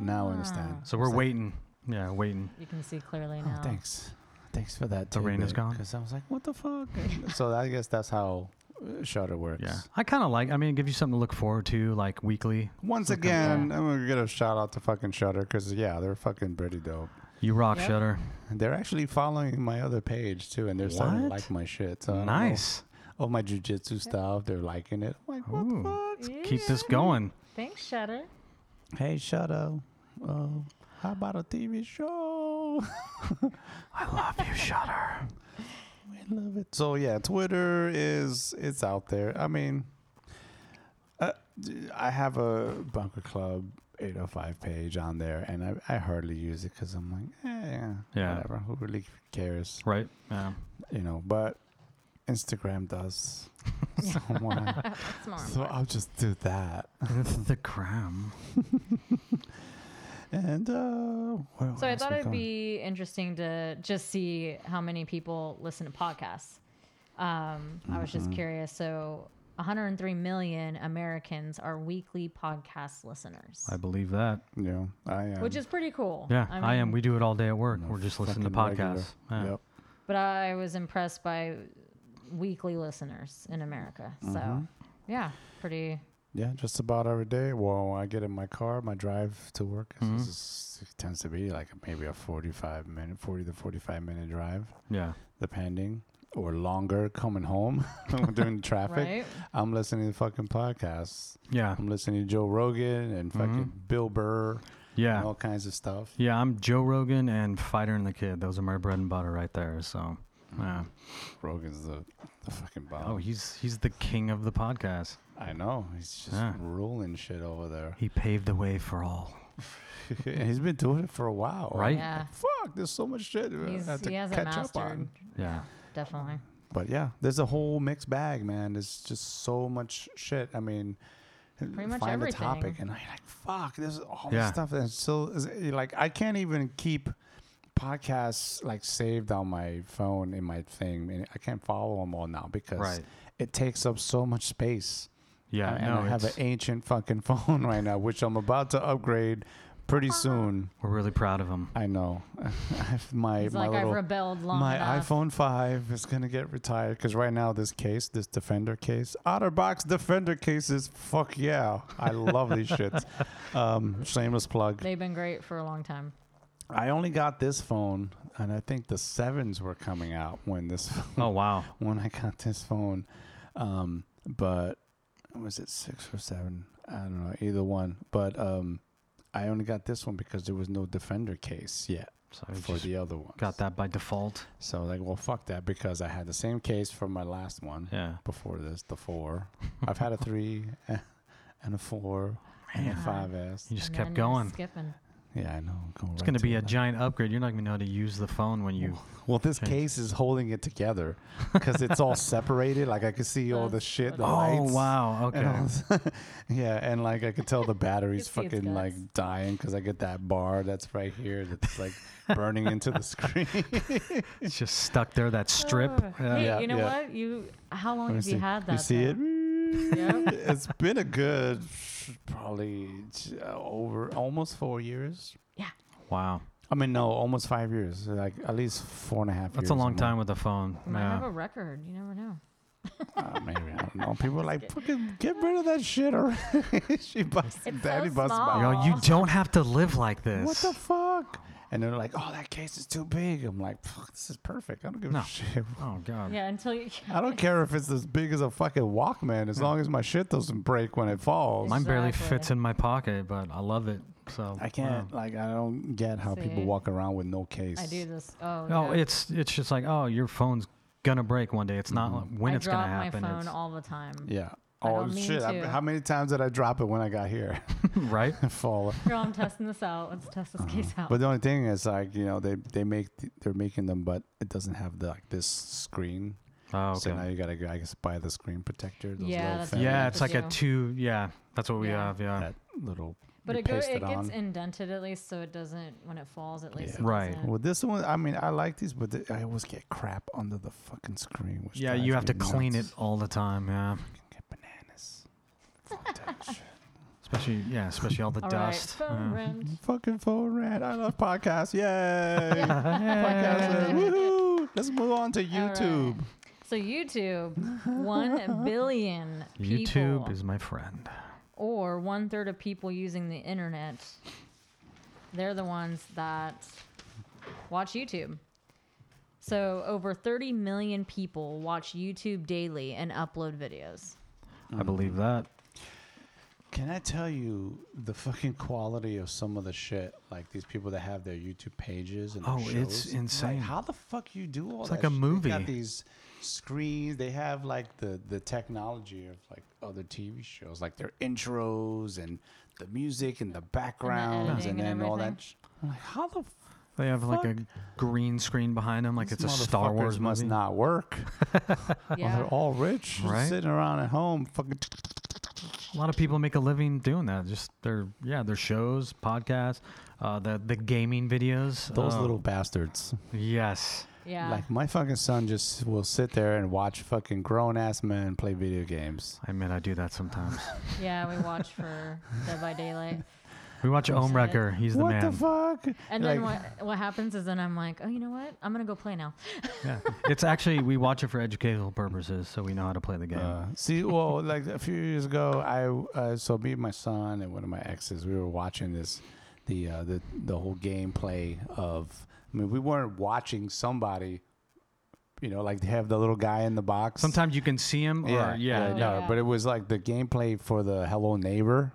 now I understand. So we're waiting. Yeah, waiting. Ah. You can see clearly Oh, now. thanks. Thanks for that. The rain is gone. Because I was like, what the fuck? [LAUGHS] so I guess that's how uh, Shutter works. Yeah. I kind of like. I mean, it gives you something to look forward to, like weekly. Once again, I'm gonna get a shout out to fucking Shutter because yeah, they're fucking pretty dope. You rock, Yep. Shutter. And they're actually following my other page too, and they're starting to What? like my shit. So I don't know. Nice. All my jujitsu stuff, they're liking it. I'm like, what Ooh. the Keep Yeah. this going. Thanks, Shutter. fuck? Hey, Shutter. Oh, how about a TV show? I love you, Shutter. I love it. So yeah, Twitter is it's out there. I mean, uh, d- I have a Bunker Club 805 page on there, and I, I hardly use it because I'm like, eh, yeah, Yeah. whatever. Who really cares, Right. Yeah. you know? But Instagram [LAUGHS] does. so why- That's [LAUGHS] more. so uh, I'll just do that. the gram. And uh, what So I else thought we it'd got? be interesting to just see how many people listen to podcasts. Um, I was just curious. So 103 million Americans are weekly podcast listeners, I believe that. yeah, I um, am. which is pretty cool. Yeah, I, am. mean, We do it all day at work. We're just listening to fucking regular. podcasts. Yeah. Yep. But I was impressed by weekly listeners in America. So yeah, pretty. Yeah, just about every day. Well, I get in my car, my drive to work. Mhm. This is, it tends to be like maybe a 45 minute, 40 to 45 minute drive, Yeah. depending, or longer coming home [LAUGHS] during the traffic. Right? I'm listening to fucking podcasts. Yeah. I'm listening to Joe Rogan and fucking Bill Burr Yeah. and all kinds of stuff. Yeah, I'm Joe Rogan and Fighter and the Kid. Those are my bread and butter right there. So, yeah. Rogan's the, the fucking bomb. Oh, he's he's the king of the podcast. I know. He's just Yeah. ruling shit over there. [LAUGHS] He paved the way for all. and he's been doing it for a while. Right? Yeah. Fuck, there's so much shit uh, I He's, have to he hasn't catch up mastered. on. Yeah. Definitely. but yeah, there's a whole mixed bag, man. There's just so much shit. I mean, Pretty much find everything. a topic, and I'm like, fuck, there's all Yeah. this stuff that's still is- eh, like I can't even keep podcasts like saved on my phone in my thing, and I can't follow them all now because Right. it takes up so much space. Yeah. and no, I have an it's- ancient fucking [LAUGHS] phone right now, which I'm about to upgrade pretty Uh-huh. soon. we're really proud of him. I know. [LAUGHS] I have my He's my like little I've rebelled long my enough. iPhone 5 is going to get retired because right now, this case, this Defender case, Otterbox Defender cases, fuck yeah. I love these [LAUGHS] shits. Um, shameless plug. They've been great for a long time. I only got this phone, and I think the sevens were coming out when this [LAUGHS] Oh wow. when I got this phone. Um, but was it six or seven? I don't know, either one. But um, I only got this one because there was no Defender case yet So I for just the other one. got that by default. So I was like, well, fuck that because I had the same case for my last one Yeah. before this, the four. I've [LAUGHS] had a three [LAUGHS] eh, and a four and a Man. five S. You just And kept then you're going. Skipping. Yeah, I know. I'm Going It's right going to be to a that. giant upgrade. You're not going to know how to use the phone when you. Well, this change. case is holding it [LAUGHS] together because it's all separated. Like I could see all the That's shit, the what Oh lights. wow. and all Okay. this- [LAUGHS] yeah, and like I could tell [LAUGHS] the battery's see its fucking like guts. dying because I get that bar that's right here that's like burning into [LAUGHS] the screen. [LAUGHS] It's just stuck there. That strip. Ugh. Yeah. Uh, Hey, Yeah, you know yeah. what? You how long Let me have see. you had that? You see it? though? [LAUGHS] Yep. it's been a good probably uh, over almost four years. Wow. I mean, no, almost five years. Like at least four and a half. That's years a long more. time with a phone. You might have Yeah. a record. You never know. Uh, maybe I don't [LAUGHS] know. People are like, fucking get rid of that shit already. [LAUGHS] she busts, It's daddy so busts my. small. You, know, you don't have to live like this. What the fuck? And they're like, oh, that case is too big. I'm like, fuck, this is perfect. I don't give No. a shit. oh god. Yeah, [LAUGHS] until you. I don't care if it's as big as a fucking Walkman, as long as my shit doesn't break when it falls. Mine barely fits Exactly. in my pocket, but I love it. So I can't, wow. like, I don't get how people See. walk around with no case. I do this. Oh, Oh, yeah. it's it's just like oh, your phone's gonna break one day. It's not like when I it's gonna drop happen. [LAUGHS] my phone it's- all the time. Yeah. I Oh don't mean shit! I- to. how many times did I drop it when I got here? [LAUGHS] [LAUGHS] right? [LAUGHS] Fall. Girl, I'm testing this out. Let's test this case out. Uh-huh. But the only thing is, like you know, they they make th- they're making them, but it doesn't have the, like this screen. Oh, okay. So now you gotta, I guess, buy the screen protector. Those Yeah, little that's thing what yeah, Yeah. it's like a Yeah. two. Yeah, that's what we Yeah. have. Yeah. That little. But you it, go, paste it it gets on. indented at least, so it doesn't when it falls. At least, Yeah. it Right. doesn't- Well, this one, I mean, I like these, but the, I always get crap under the fucking screen. Which yeah, you have to clean it all the time. Yeah, it. Get bananas. Fuck [LAUGHS] that shit. especially yeah, especially all the All right. dust. phone Uh-huh. yeah. rent. Fucking phone rant. I love podcasts. Yay! Podcasts. Yeah. Woohoo! Let's move on to All right. YouTube. So YouTube, one billion people, YouTube is my friend. or one third of people using the internet. They're the ones that watch YouTube. So over 30 million people watch YouTube daily and upload [LAUGHS] videos. Mm-hmm. I believe that. Can I tell you the fucking quality of some of the shit? Like these people that have their YouTube pages and their Oh, it's shows. insane. Like, how the fuck you do all It's that? like a shit? They movie. got these screens. They have like the the technology of like other TV shows, like their intros and the music and the backgrounds editing and, and then all that. everything. Sh- I'm like, how the They have like a green screen behind them, like it's a Star Wars must movie. not work. Well, Yeah. Oh, they're all rich, just Right? sitting around at home, fucking. A lot of people make a living doing that. Just their yeah, their shows, podcasts, uh, the the gaming videos. Those uh, little bastards. yes. Yeah. Oh. Like my fucking son just will sit there and watch fucking grown ass men play video games. I mean, I do [LAUGHS] that sometimes. yeah, we watch for Dead by Daylight. we watch Omrecker. He's the what man. the fuck? And then Like, what what happens is then I'm like, oh, you know what? I'm gonna go play now. yeah. It's actually we watch it for educational purposes, so we know how to play the game. uh, see, well, like a few years ago, I uh, so me and my son and one of my exes, we were watching this, the uh, the the whole gameplay of. I mean, we weren't watching somebody, you know, like they have the little guy in the box. Sometimes you can see him. Yeah, Or, yeah. Oh, yeah. no, yeah. but it was like the gameplay for the Hello Neighbor,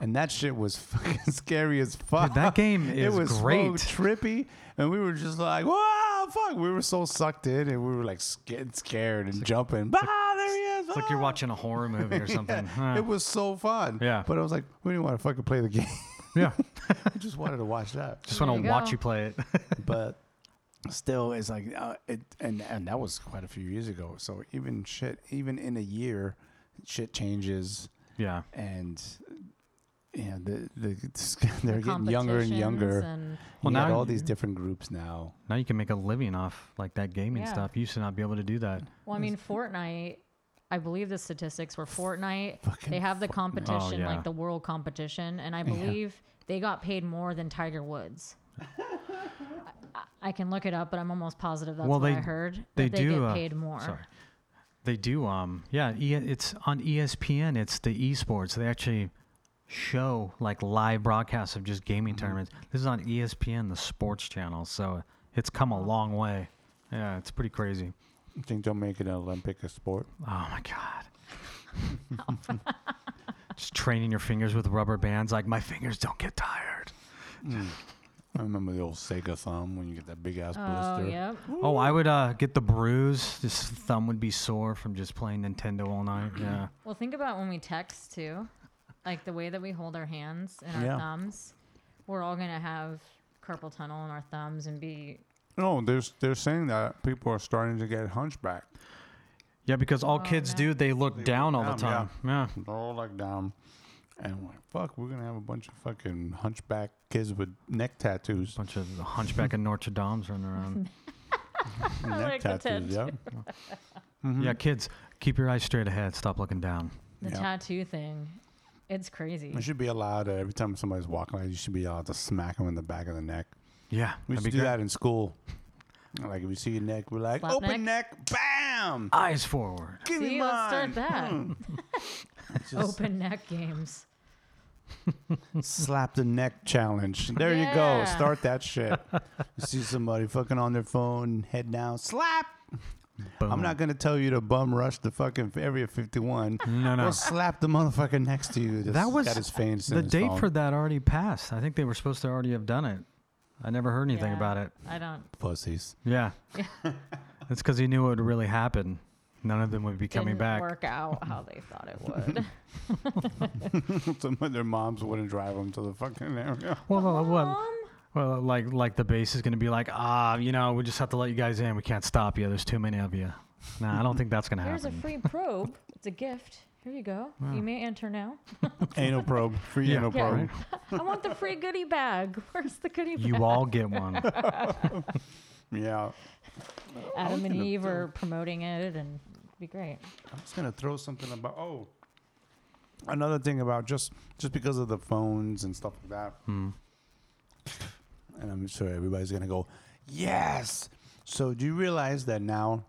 and that shit was [LAUGHS] fucking scary as fuck. Dude, that game [LAUGHS] is it was so great. trippy, and we were just like, "Wow, fuck!" We were so sucked in, and we were like getting scared and jumping. ah, there he is! It's like you're watching a horror [LAUGHS] movie or something. Huh. It was so fun. Yeah. but I was like, we didn't want to fucking play the [LAUGHS] game. yeah. I just wanted to watch that. [LAUGHS] Just There want you to watch go. you play it. [LAUGHS] but still it's like uh, it, and and that was quite a few years ago so even shit even in a year shit changes yeah. and yeah the, the [LAUGHS] [LAUGHS] they're getting younger and Competitions younger and- well Well, now now all you- these different groups now Now you can make a living off like that gaming Yeah. stuff. You used to not be able to do that. well, I mean, Fortnite. I believe the statistics were Fortnite. Fucking They have the competition, oh, yeah. like the world competition, and I believe they got paid more than Tiger [LAUGHS] Woods. I, I can look it up, but I'm almost positive that's Well, what they- I heard. that They, do get uh, paid more. Sorry. They do. Um. Yeah. E- it's on ESPN. It's the esports. They actually show like live broadcasts of just gaming Mm-hmm. tournaments. This is on E ESPN, the sports channel. So it's come a long way. Yeah. It's pretty crazy. i think they'll make it an olympic a sport Oh my god. Just training your fingers with rubber bands, like my fingers don't get tired. Mm. Hmm. i remember the old sega thumb when you get that big ass Oh, blister yep. Oh, I would uh, get the bruise. This thumb would be sore from just playing Nintendo all night. Mm-hmm. Yeah, Well, think about when we text too, like the way that we hold our hands and our Yeah. thumbs. We're all gonna have carpal tunnel in our thumbs and be no there's they're saying that people are starting to get hunchback yeah, because all kids no. do. They look Oh, look down all the down, time. Yeah. they're all like down and I'm like, fuck, we're gonna have a bunch of fucking hunchback kids with neck [LAUGHS] tattoos. bunch of hunchback and Notre Dames [LAUGHS] running around. neck like the tattoos, yeah. [LAUGHS] Mm-hmm. Yeah, kids, keep your eyes straight ahead. Stop looking down. the Yeah. tattoo thing. It's crazy. You should be allowed to, every time somebody's walking like you should be allowed to smack them in the back of the neck. Yeah, We used to that'd be do great. that in school. [LAUGHS] Like if you see your neck, we're like, Slap open neck, bam! Eyes forward. Give me See, let's mine. start that. Hmm. It's just Open neck games. slap the neck challenge. There you go. Oh. Yeah. Start that [LAUGHS] shit. you see somebody fucking on their phone, head down, slap. Boom. I'm not gonna tell you to bum rush the fucking area [LAUGHS] 51. No, no. We'll slap the motherfucker next to you. That's That was got his face in the his date phone. for that already passed. I think they were supposed to already have done it. I never heard anything Yeah. about it. I don't. [LAUGHS] [LAUGHS] pussies. Yeah. That's because he knew it would really happen. None of them would be coming Didn't back. work [LAUGHS] out how they thought it would. Some of their moms wouldn't drive them to the fucking [LAUGHS] area. Well, well, well, Mom? well, like like the base is going to be like, ah, you know, we just have to let you guys in. We can't stop you. There's too many of you. Nah, I don't think that's going to Here's a happen. [LAUGHS] free probe. It's a gift. Here you go. You may enter now. anal probe. Free Yeah. anal Yeah. probe. I want the free goodie bag. [LAUGHS] Where's the goodie bag? you all get [LAUGHS] one. Yeah. Adam and gonna Eve do- are promoting it, and it'd be great. I'm just gonna throw something about oh another thing about just just because of the phones and stuff like that. And I'm sure everybody's gonna go, Yes. So do you realize that now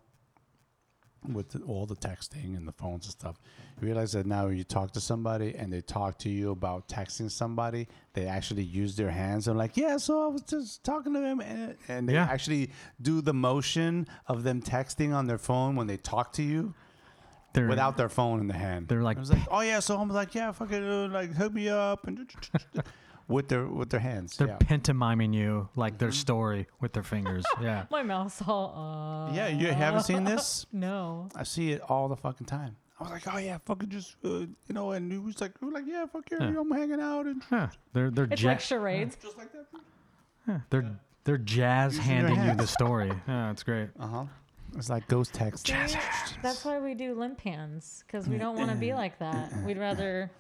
with all the texting and the phones and stuff, you realize that now you talk to somebody and they talk to you about texting somebody, they actually use their hands. They're like, yeah, so I was just talking to them, and, and they Yeah. actually do the motion of them texting on their phone when they talk to you They're, without their phone in the hand. They're like- I was like, oh yeah, so I'm like, yeah, fucking uh, like hook me up and [LAUGHS] with their with their hands. they're yeah. pantomiming you like Mm-hmm. their story with [LAUGHS] their fingers. yeah. My mouth's all. Uh, yeah, you haven't seen this? No. [LAUGHS] I see it all the fucking time. I was like, oh yeah, fucking just uh, you know, and he was like, we were like, yeah, fuck you, Yeah. I'm hanging out and Huh. They're they're It's ja- like [LAUGHS] charades. just like that. they're they're jazz your handing you the hands. story. Yeah, it's great. Uh huh. It's like ghost text. See? That's why we do limp hands, because we don't want to be like that. We'd [LAUGHS] rather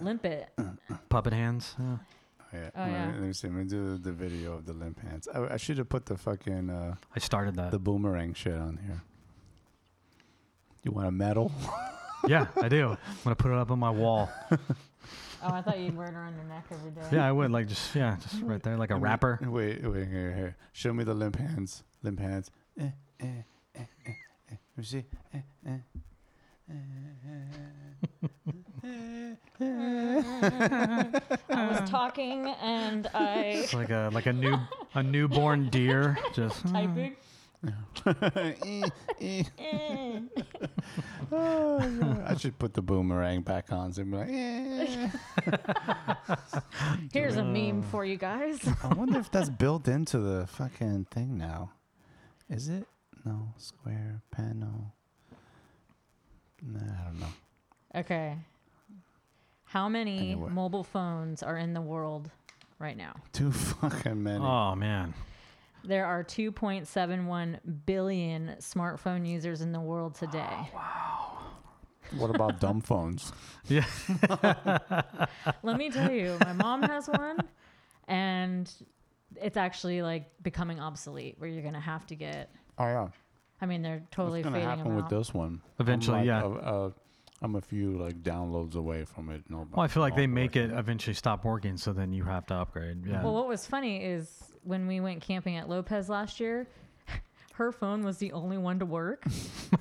limp it. Puppet hands. Yeah. [LAUGHS] yeah. Oh, yeah. Let me see. Let me do the video of the limp hands. I, I should have put the fucking uh, I started that. the boomerang shit on here. You want a medal? yeah, I do. I'm gonna put it up on my wall. Oh, I thought you'd wear it around your neck every day. Yeah, I would like just yeah, just right there Mm-hmm. like a wrapper. Wait, wait, here, here. Show me the limp hands. Limp hands. Eh, eh, eh, eh, eh. Let me see. Eh, eh. Eh, eh, eh, eh. I [LAUGHS] was talking and I It's like a like a new a newborn deer. Just [LAUGHS] typing. Eh, eh. [LAUGHS] Eh. Oh, yeah. I should put the boomerang back on. So I'm like, eh. [LAUGHS] Here's a meme for you guys. [LAUGHS] I wonder if [LAUGHS] that's built into the fucking thing now. Is it? No. Square panel. Nah, I don't know. Okay. How many Anywhere. mobile phones are in the world right now? Too fucking many. oh man, There are 2.71 billion smartphone users in the [GASPS] world today. What about dumb phones? Let me tell you, my mom has one, and it's actually like becoming obsolete where you're going to have to get. [LAUGHS] Oh, yeah. I mean, they're totally What's fading gonna them happen with out. this one? Eventually, I'm like yeah. A, a, I'm a few like downloads away from it. No, well I feel like they not make working. it eventually stop working, so then you have to upgrade. Yeah, Well, what was funny is when we went camping at Lopez last year, [LAUGHS] her phone was the only one to work.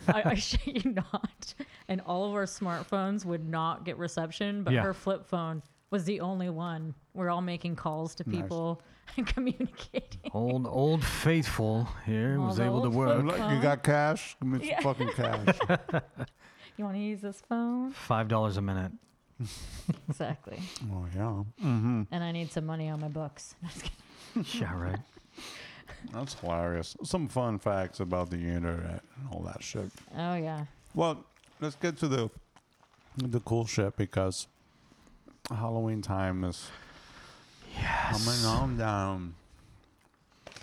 I, [LAUGHS] I shit you not. And all of our smartphones would not get reception, but Yeah. her flip phone was the only one. We're all making calls to Nice. people [LAUGHS] and communicating. [LAUGHS] old old faithful here All was the able to old work. I'm Uh, like, you phone. got cash? Give me some Yeah. [LAUGHS] fucking cash. You want to use this phone? Five dollars [LAUGHS] a minute. Exactly. oh yeah, and I need some money on my books. [LAUGHS] I'm just kidding. Yeah, right. that's hilarious. Some fun facts about the internet and all that shit. oh, yeah. Well, let's get to the the cool shit because Halloween time is coming on down.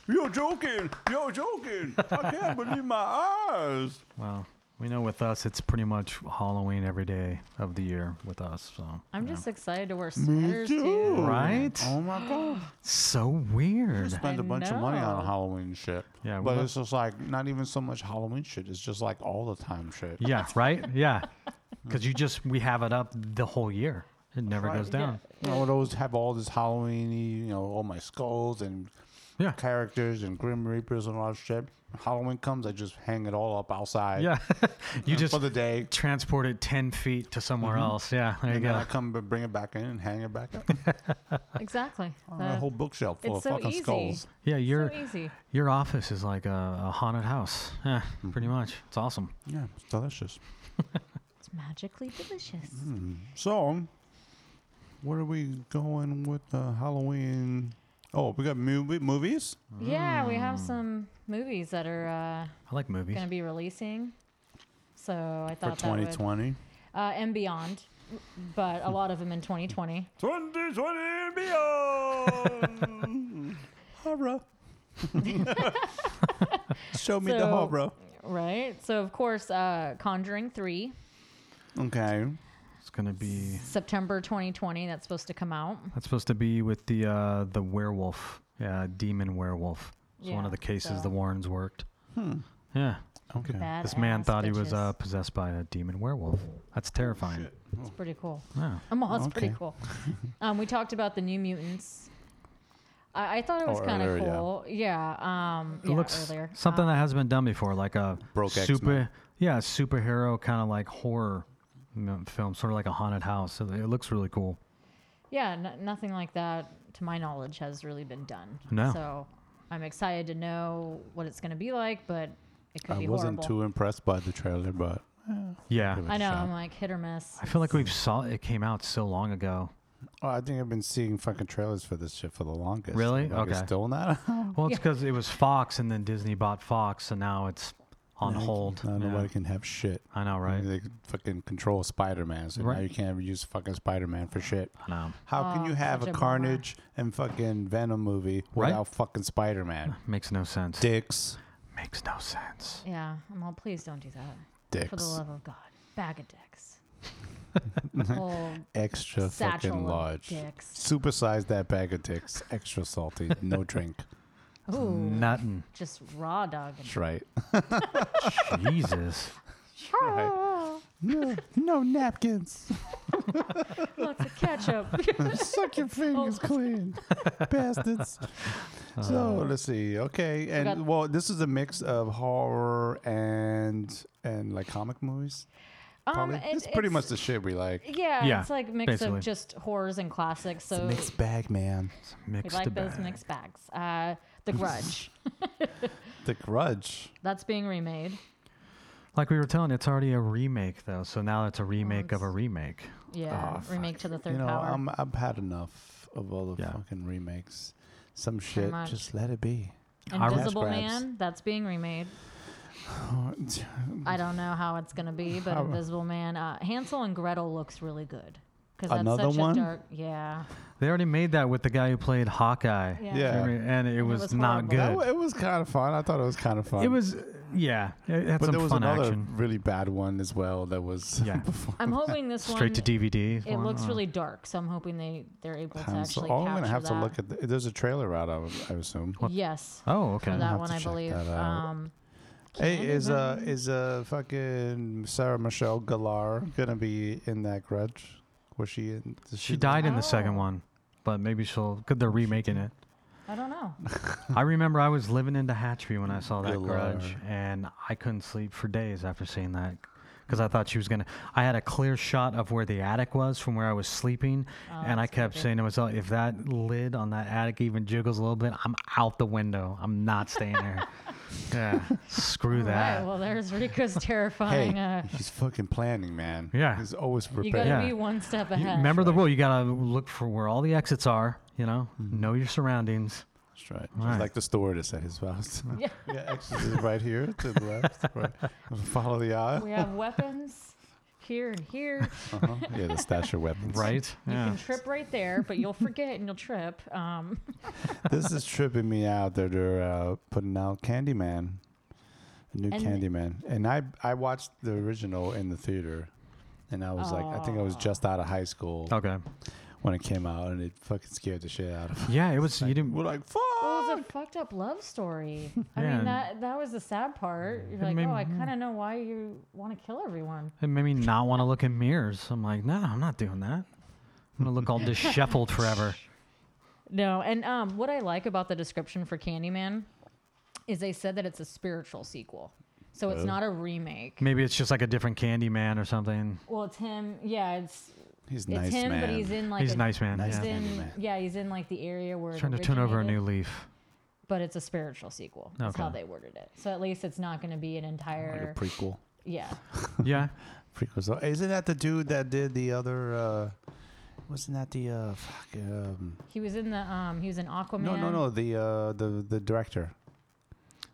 You're joking. You're joking. I can't believe my eyes. Well, we know with us, it's pretty much Halloween every day of the year with us. So I'm just excited to wear sweaters too. Right? Oh my god. so weird. spend I a bunch of money on know. Halloween shit. Yeah, but well- it's just like not even so much Halloween shit. It's just like all the time shit. [LAUGHS] Yeah, right. Yeah, because you just we have it up the whole year. It never goes down. I would always have all this Halloweeny, you know, all my skulls and Yeah. characters and Grim Reapers and all that shit. Halloween comes, I just hang it all up outside. [LAUGHS] Yeah, you just for the day. transport it ten feet to somewhere else. Yeah, there you And then I go. come and bring it back in and hang it back up. Exactly. I got a [LAUGHS] That- whole bookshelf full it's of so fucking easy. skulls. Yeah, your so easy. your office is like a, a haunted house. Yeah, Mm-hmm. pretty much. It's awesome. Yeah, it's delicious. It's magically delicious. Hmm. So, what are we going with the Halloween? Oh, we got movie movies. Mm. Yeah, we have some movies that are uh, I like movies. going to be releasing. So I for thought that would 2020. uh, and beyond, but a Hmm. lot of them in 2020. 2020 and beyond. [LAUGHS] [LAUGHS] Horror. Show me the So- horror. Right. So of course, uh, Conjuring Three, Okay. It's gonna be September 2020. That's supposed to come out. that's supposed to be with the uh, the werewolf, yeah, demon werewolf. It's one Yeah, of the cases so- the Warrens worked. Hmm. Yeah, Okay. this man Badass thought he was bitches. uh, possessed by a demon werewolf. That's Oh, terrifying. It's pretty cool. Yeah. Um, well, it's pretty Okay. [LAUGHS] cool. Um, we talked about the New Mutants. I, I thought it was Oh, kind of earlier, yeah. cool. Yeah. Um, It yeah, looks earlier. something Um, that has been done before, like a Broke super, X-Men. yeah, superhero kind of like horror you know, film, sort of like a haunted house. So it looks really cool. yeah, n- nothing like that, to my knowledge, has really been done. No. So I'm excited to know what it's going to be like, but it could I be wasn't horrible. too impressed by the trailer, but Yeah, Give it I a know. shot. I'm like hit or miss. I feel like we've saw it came out so long ago. Oh, I think I've been seeing fucking trailers for this shit for the longest. Really? Like, it's Okay. Still [LAUGHS] not. Oh, Well, it's because it was Fox, and then Disney bought Fox, so now it's on hold. Now Yeah. nobody can have shit. I know, right? They fucking control Spider Man, so now Right. you can't ever use fucking Spider Man for shit. I know. How can Oh, you have such a, a bummer. Carnage and fucking Venom movie Right? without fucking Spider Man? Makes no sense. Dicks, Makes no sense. Yeah. I'm all, please don't do that. For the dicks, love of God. Bag of dicks. [LAUGHS] Whole extra satchel fucking of large. dicks. Supersize that bag of dicks, extra salty, [LAUGHS] no drink. Ooh. Nothing. Just raw dog. That's right. Jesus. No, no [LAUGHS] napkins. Lots of [LAUGHS] ketchup. Suck your fingers Oh. [LAUGHS] clean, bastards. Uh. So let's see. Okay, and got- well, this is a mix of horror and and like comic movies. Probably. it- it's pretty much the shit we like. Yeah, Yeah, Um, it's like a mix basically. of just horrors and classics. So Mixed bag, man. It's [LAUGHS] we mixed like those bag. mixed bags. Uh, [LAUGHS] the Grudge. The Grudge. That's being remade. Like we were telling, it's already a remake though. So now it's a remake of a remake. Yeah, remake to the third Oh, you know, power. I'm, I've had enough of all the Yeah. fucking remakes. Some shit, much. just let it [LAUGHS] be. I re- Invisible Grabs. Man. That's being remade. I don't know how it's gonna be, but Invisible Man. Uh, Hansel and Gretel looks really good. Because that's Another such one? a dark. Yeah. They already made that with the guy who played Hawkeye. Yeah. Yeah. And it was, was not horrible. That good. w- it was kind of fun. I thought it was kind of fun. It was, yeah, it had but some there was fun another [LAUGHS] action. really bad one as well. That was [LAUGHS] Yeah. before. I'm hoping this one. Straight to DVD. It one, looks uh, really dark, so I'm hoping they they're able to I'm so- actually oh, capture I'm gonna have that. to look at. The, there's a trailer out. I, would- I assume. Yes. Oh, okay. For have that to one, I check believe. that out. Um, Hey, is uh Candyman. is uh fucking Sarah Michelle Gellar gonna be in that Grudge? Was she in? does She died in the second Oh. one, but maybe she'll. Cause they're remaking it. I don't know. I remember I was living in the hatchery when I saw that Good grudge, lord. and I couldn't sleep for days after seeing that. Because I thought she was gonna. I had a clear shot of where the attic was from where I was sleeping, and I Oh, that's kept creepy. saying to myself, "If that lid on that attic even jiggles a little bit, I'm out the window. I'm not staying [LAUGHS] there." yeah, screw All right, that. [LAUGHS] well, there's Rico's terrifying. Hey, uh, he's fucking planning, man. Yeah. he's always you got prepared. to Yeah. be one step You- ahead. remember the rule. You gotta look for where all the exits are. You know, Mm-hmm. know your surroundings. That's right. She's Right. like the stewardess at his house. [LAUGHS] Yeah. [LAUGHS] yeah, exit is right here to the left. [LAUGHS] Right. Follow the [LAUGHS] aisle. we have weapons here and here. Uh-huh. Yeah, the stash of weapons. Right? You yeah. can trip right there, but you'll forget and you'll trip. Um, [LAUGHS] This is tripping me out that they're uh, putting out Candyman, a new And- Candyman, and I I watched the original in the theater, and I was like, I think I was just out of high school Okay. when it came out, and it fucking scared the shit out of me. Yeah, it was. You didn't. We're like, well, it fuck. was a fucked up love story. I Yeah. mean, that that was the sad part. You're It like, made- oh, I kind of know why you want to kill everyone. It made me not want to look in mirrors. I'm like, no, I'm not doing that. I'm gonna look [LAUGHS] all disheveled forever. No, and um, what I like about the description for Candyman is they said that it's a spiritual sequel, so Oh. it's not a remake. Maybe it's just like a different candy man or something. Well, it's him. Yeah, it's He's it's nice him, man. but he's in like He's a- a nice man. Nice yeah. he's man. in- Candyman. yeah, he's in like the area where it Trying to turn over a new originated, [LAUGHS] leaf. But it's a spiritual sequel. That's how Okay. they worded it. So at least it's not going to be an like entire a prequel. yeah. Yeah. Prequel. So Oh, isn't that the dude that did the other? uh Wasn't that the uh, fuck? Um, He was in the um he was in Aquaman. no, no, no. The uh the the director.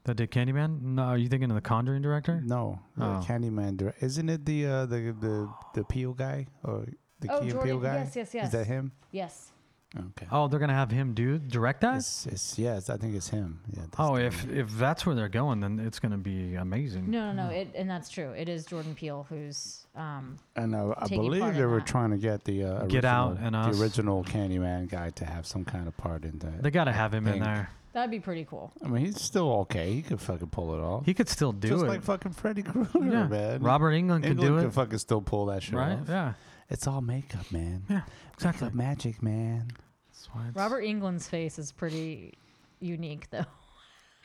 That did Candyman? No, are you thinking of the Conjuring director? No, the Oh. Candyman. dir- Isn't it the uh, the the the Peel guy or the Oh, Key and Jordan- Peel guy? yes, yes, Is yes. that him? Yes. Okay. Oh, they're gonna have him do direct that. It's, it's yes, I think it's him. Yeah. that's oh, the- if if that's where they're going, then it's gonna be amazing. No, no, no. It, and that's true. It is Jordan Peele who's. Um, and uh, I, I taking believe part they in were that. trying to get the uh, Get Out original- and Us. the original Candyman guy to have some kind of part in that. They gotta have him in Thing. there. that'd be pretty cool. I mean, he's still okay. He could fucking pull it off. He could still do Just it. like fucking Freddy Krueger, yeah. man. Robert England, England could do can it. fucking still pull that shit right? off. Yeah. It's all makeup, man. Yeah. Exactly. Makeup magic, man. That's why it's- Robert England's face is pretty unique, though. [LAUGHS]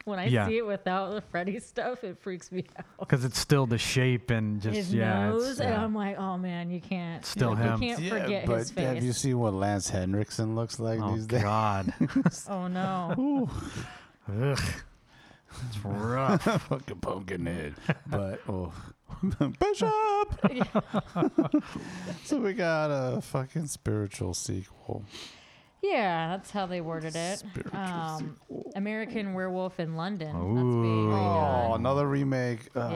When I Yeah. see it without the Freddy stuff, it freaks me out. Because it's still the shape and just His yeah, it's- nose, and yeah. I'm like, oh man, you can't. Still you him. can't forget but his have you face. seen what Lance Henriksen looks like Oh these days? [LAUGHS] God, [LAUGHS] Oh no. [LAUGHS] Ugh. it's rough. fucking [LAUGHS] Pumpkinhead. But oh, [LAUGHS] Bishop. Yeah. so we got a fucking spiritual sequel. Yeah, that's how they worded it. Spiritual Um, American Werewolf in London. Ooh. Oh, That's being redone. another remake. Yeah.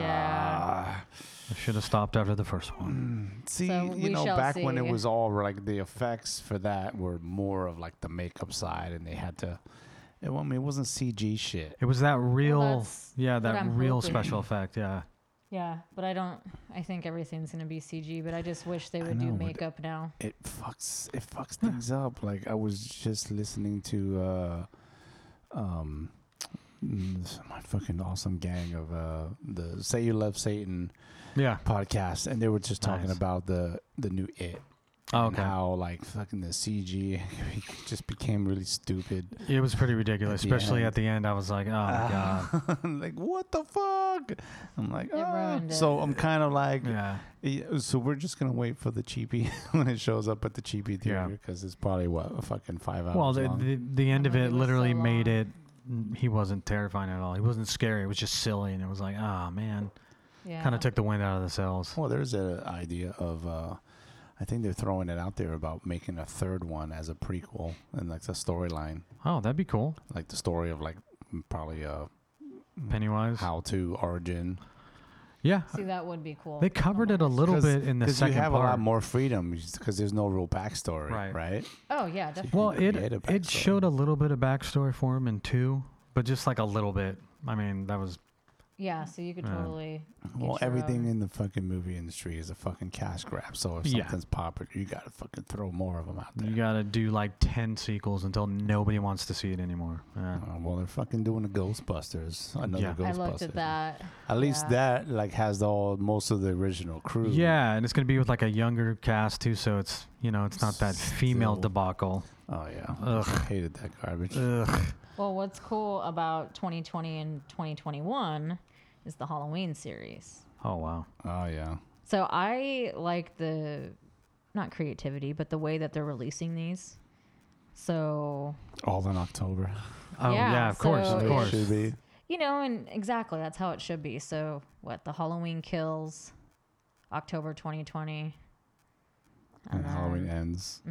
Ah. I should have stopped after the first one. See, So you we know, shall back when it see. was all like the effects for that were more of like the makeup side, and they had to. It, wa- I mean, it wasn't CG shit. It was that real, that's yeah, what that I'm real hoping. special effect. Yeah, Yeah, but I don't. I think everything's gonna be CG. But I just wish they would know, do but- makeup now. It fucks. It fucks things up. Like I was just listening to, uh, um, this- my fucking awesome gang of uh, the "Say You Love Satan" yeah. podcast, and they were just talking Nice. about the the new It. Oh, And okay. how like fucking the CG [LAUGHS] just became really stupid. [LAUGHS] It was pretty ridiculous, At the especially end. at the end. I was like, oh my [LAUGHS] god. Ah. I'm like, what the fuck? I'm like, It "Ah." ruined it. so I'm kind of like, Yeah, yeah, so we're just gonna wait for the cheapie [LAUGHS] when it shows up at the cheapie Yeah. theater because it's probably what a fucking five hours. Well, the, long. the the end of movie it was literally so made long. it. He wasn't terrifying at all. He wasn't scary. It was just silly, and it was like, ah, man, Yeah. kind of took the wind out of the sails. well, there's an idea of, uh, I think they're throwing it out there about making a third one as a prequel and like the storyline, Oh, that'd be cool. like the story of like probably uh Pennywise. how to origin. Yeah, See, that would be cool. they covered it a little 'Cause- bit in the 'cause second you have part. a lot more freedom because there's no real backstory, Right. right? Oh yeah, definitely. Well, They it had a it backstory. showed a little bit of backstory for him in two, but just like a little bit. I mean, that was Yeah. So you could Yeah. totally. Well, each their everything own. in the fucking movie industry is a fucking cash grab. So if Yeah. something's popular, you gotta fucking throw more of them out there. you got to do like ten sequels until nobody wants to see it anymore. Yeah. Uh, well, they're fucking doing the Ghostbusters, another Yeah. Ghostbusters. I looked at that. At least yeah. that like has all most of the original crew. Yeah, and it's gonna be with like a younger cast too, so it's you know it's not that female Still. debacle. Oh yeah. Ugh. Hated that garbage. Uh, Ugh. Well, what's cool about 2020 and 2021 is the Halloween series. Oh wow. Oh yeah. So I like the not creativity, but the way that they're releasing these. So All in October. Oh yeah, Yeah, of course, so of It course. should be. you know, and exactly that's how it should be. So what the Halloween kills, October 2020, And then Mm-hmm. Halloween ends.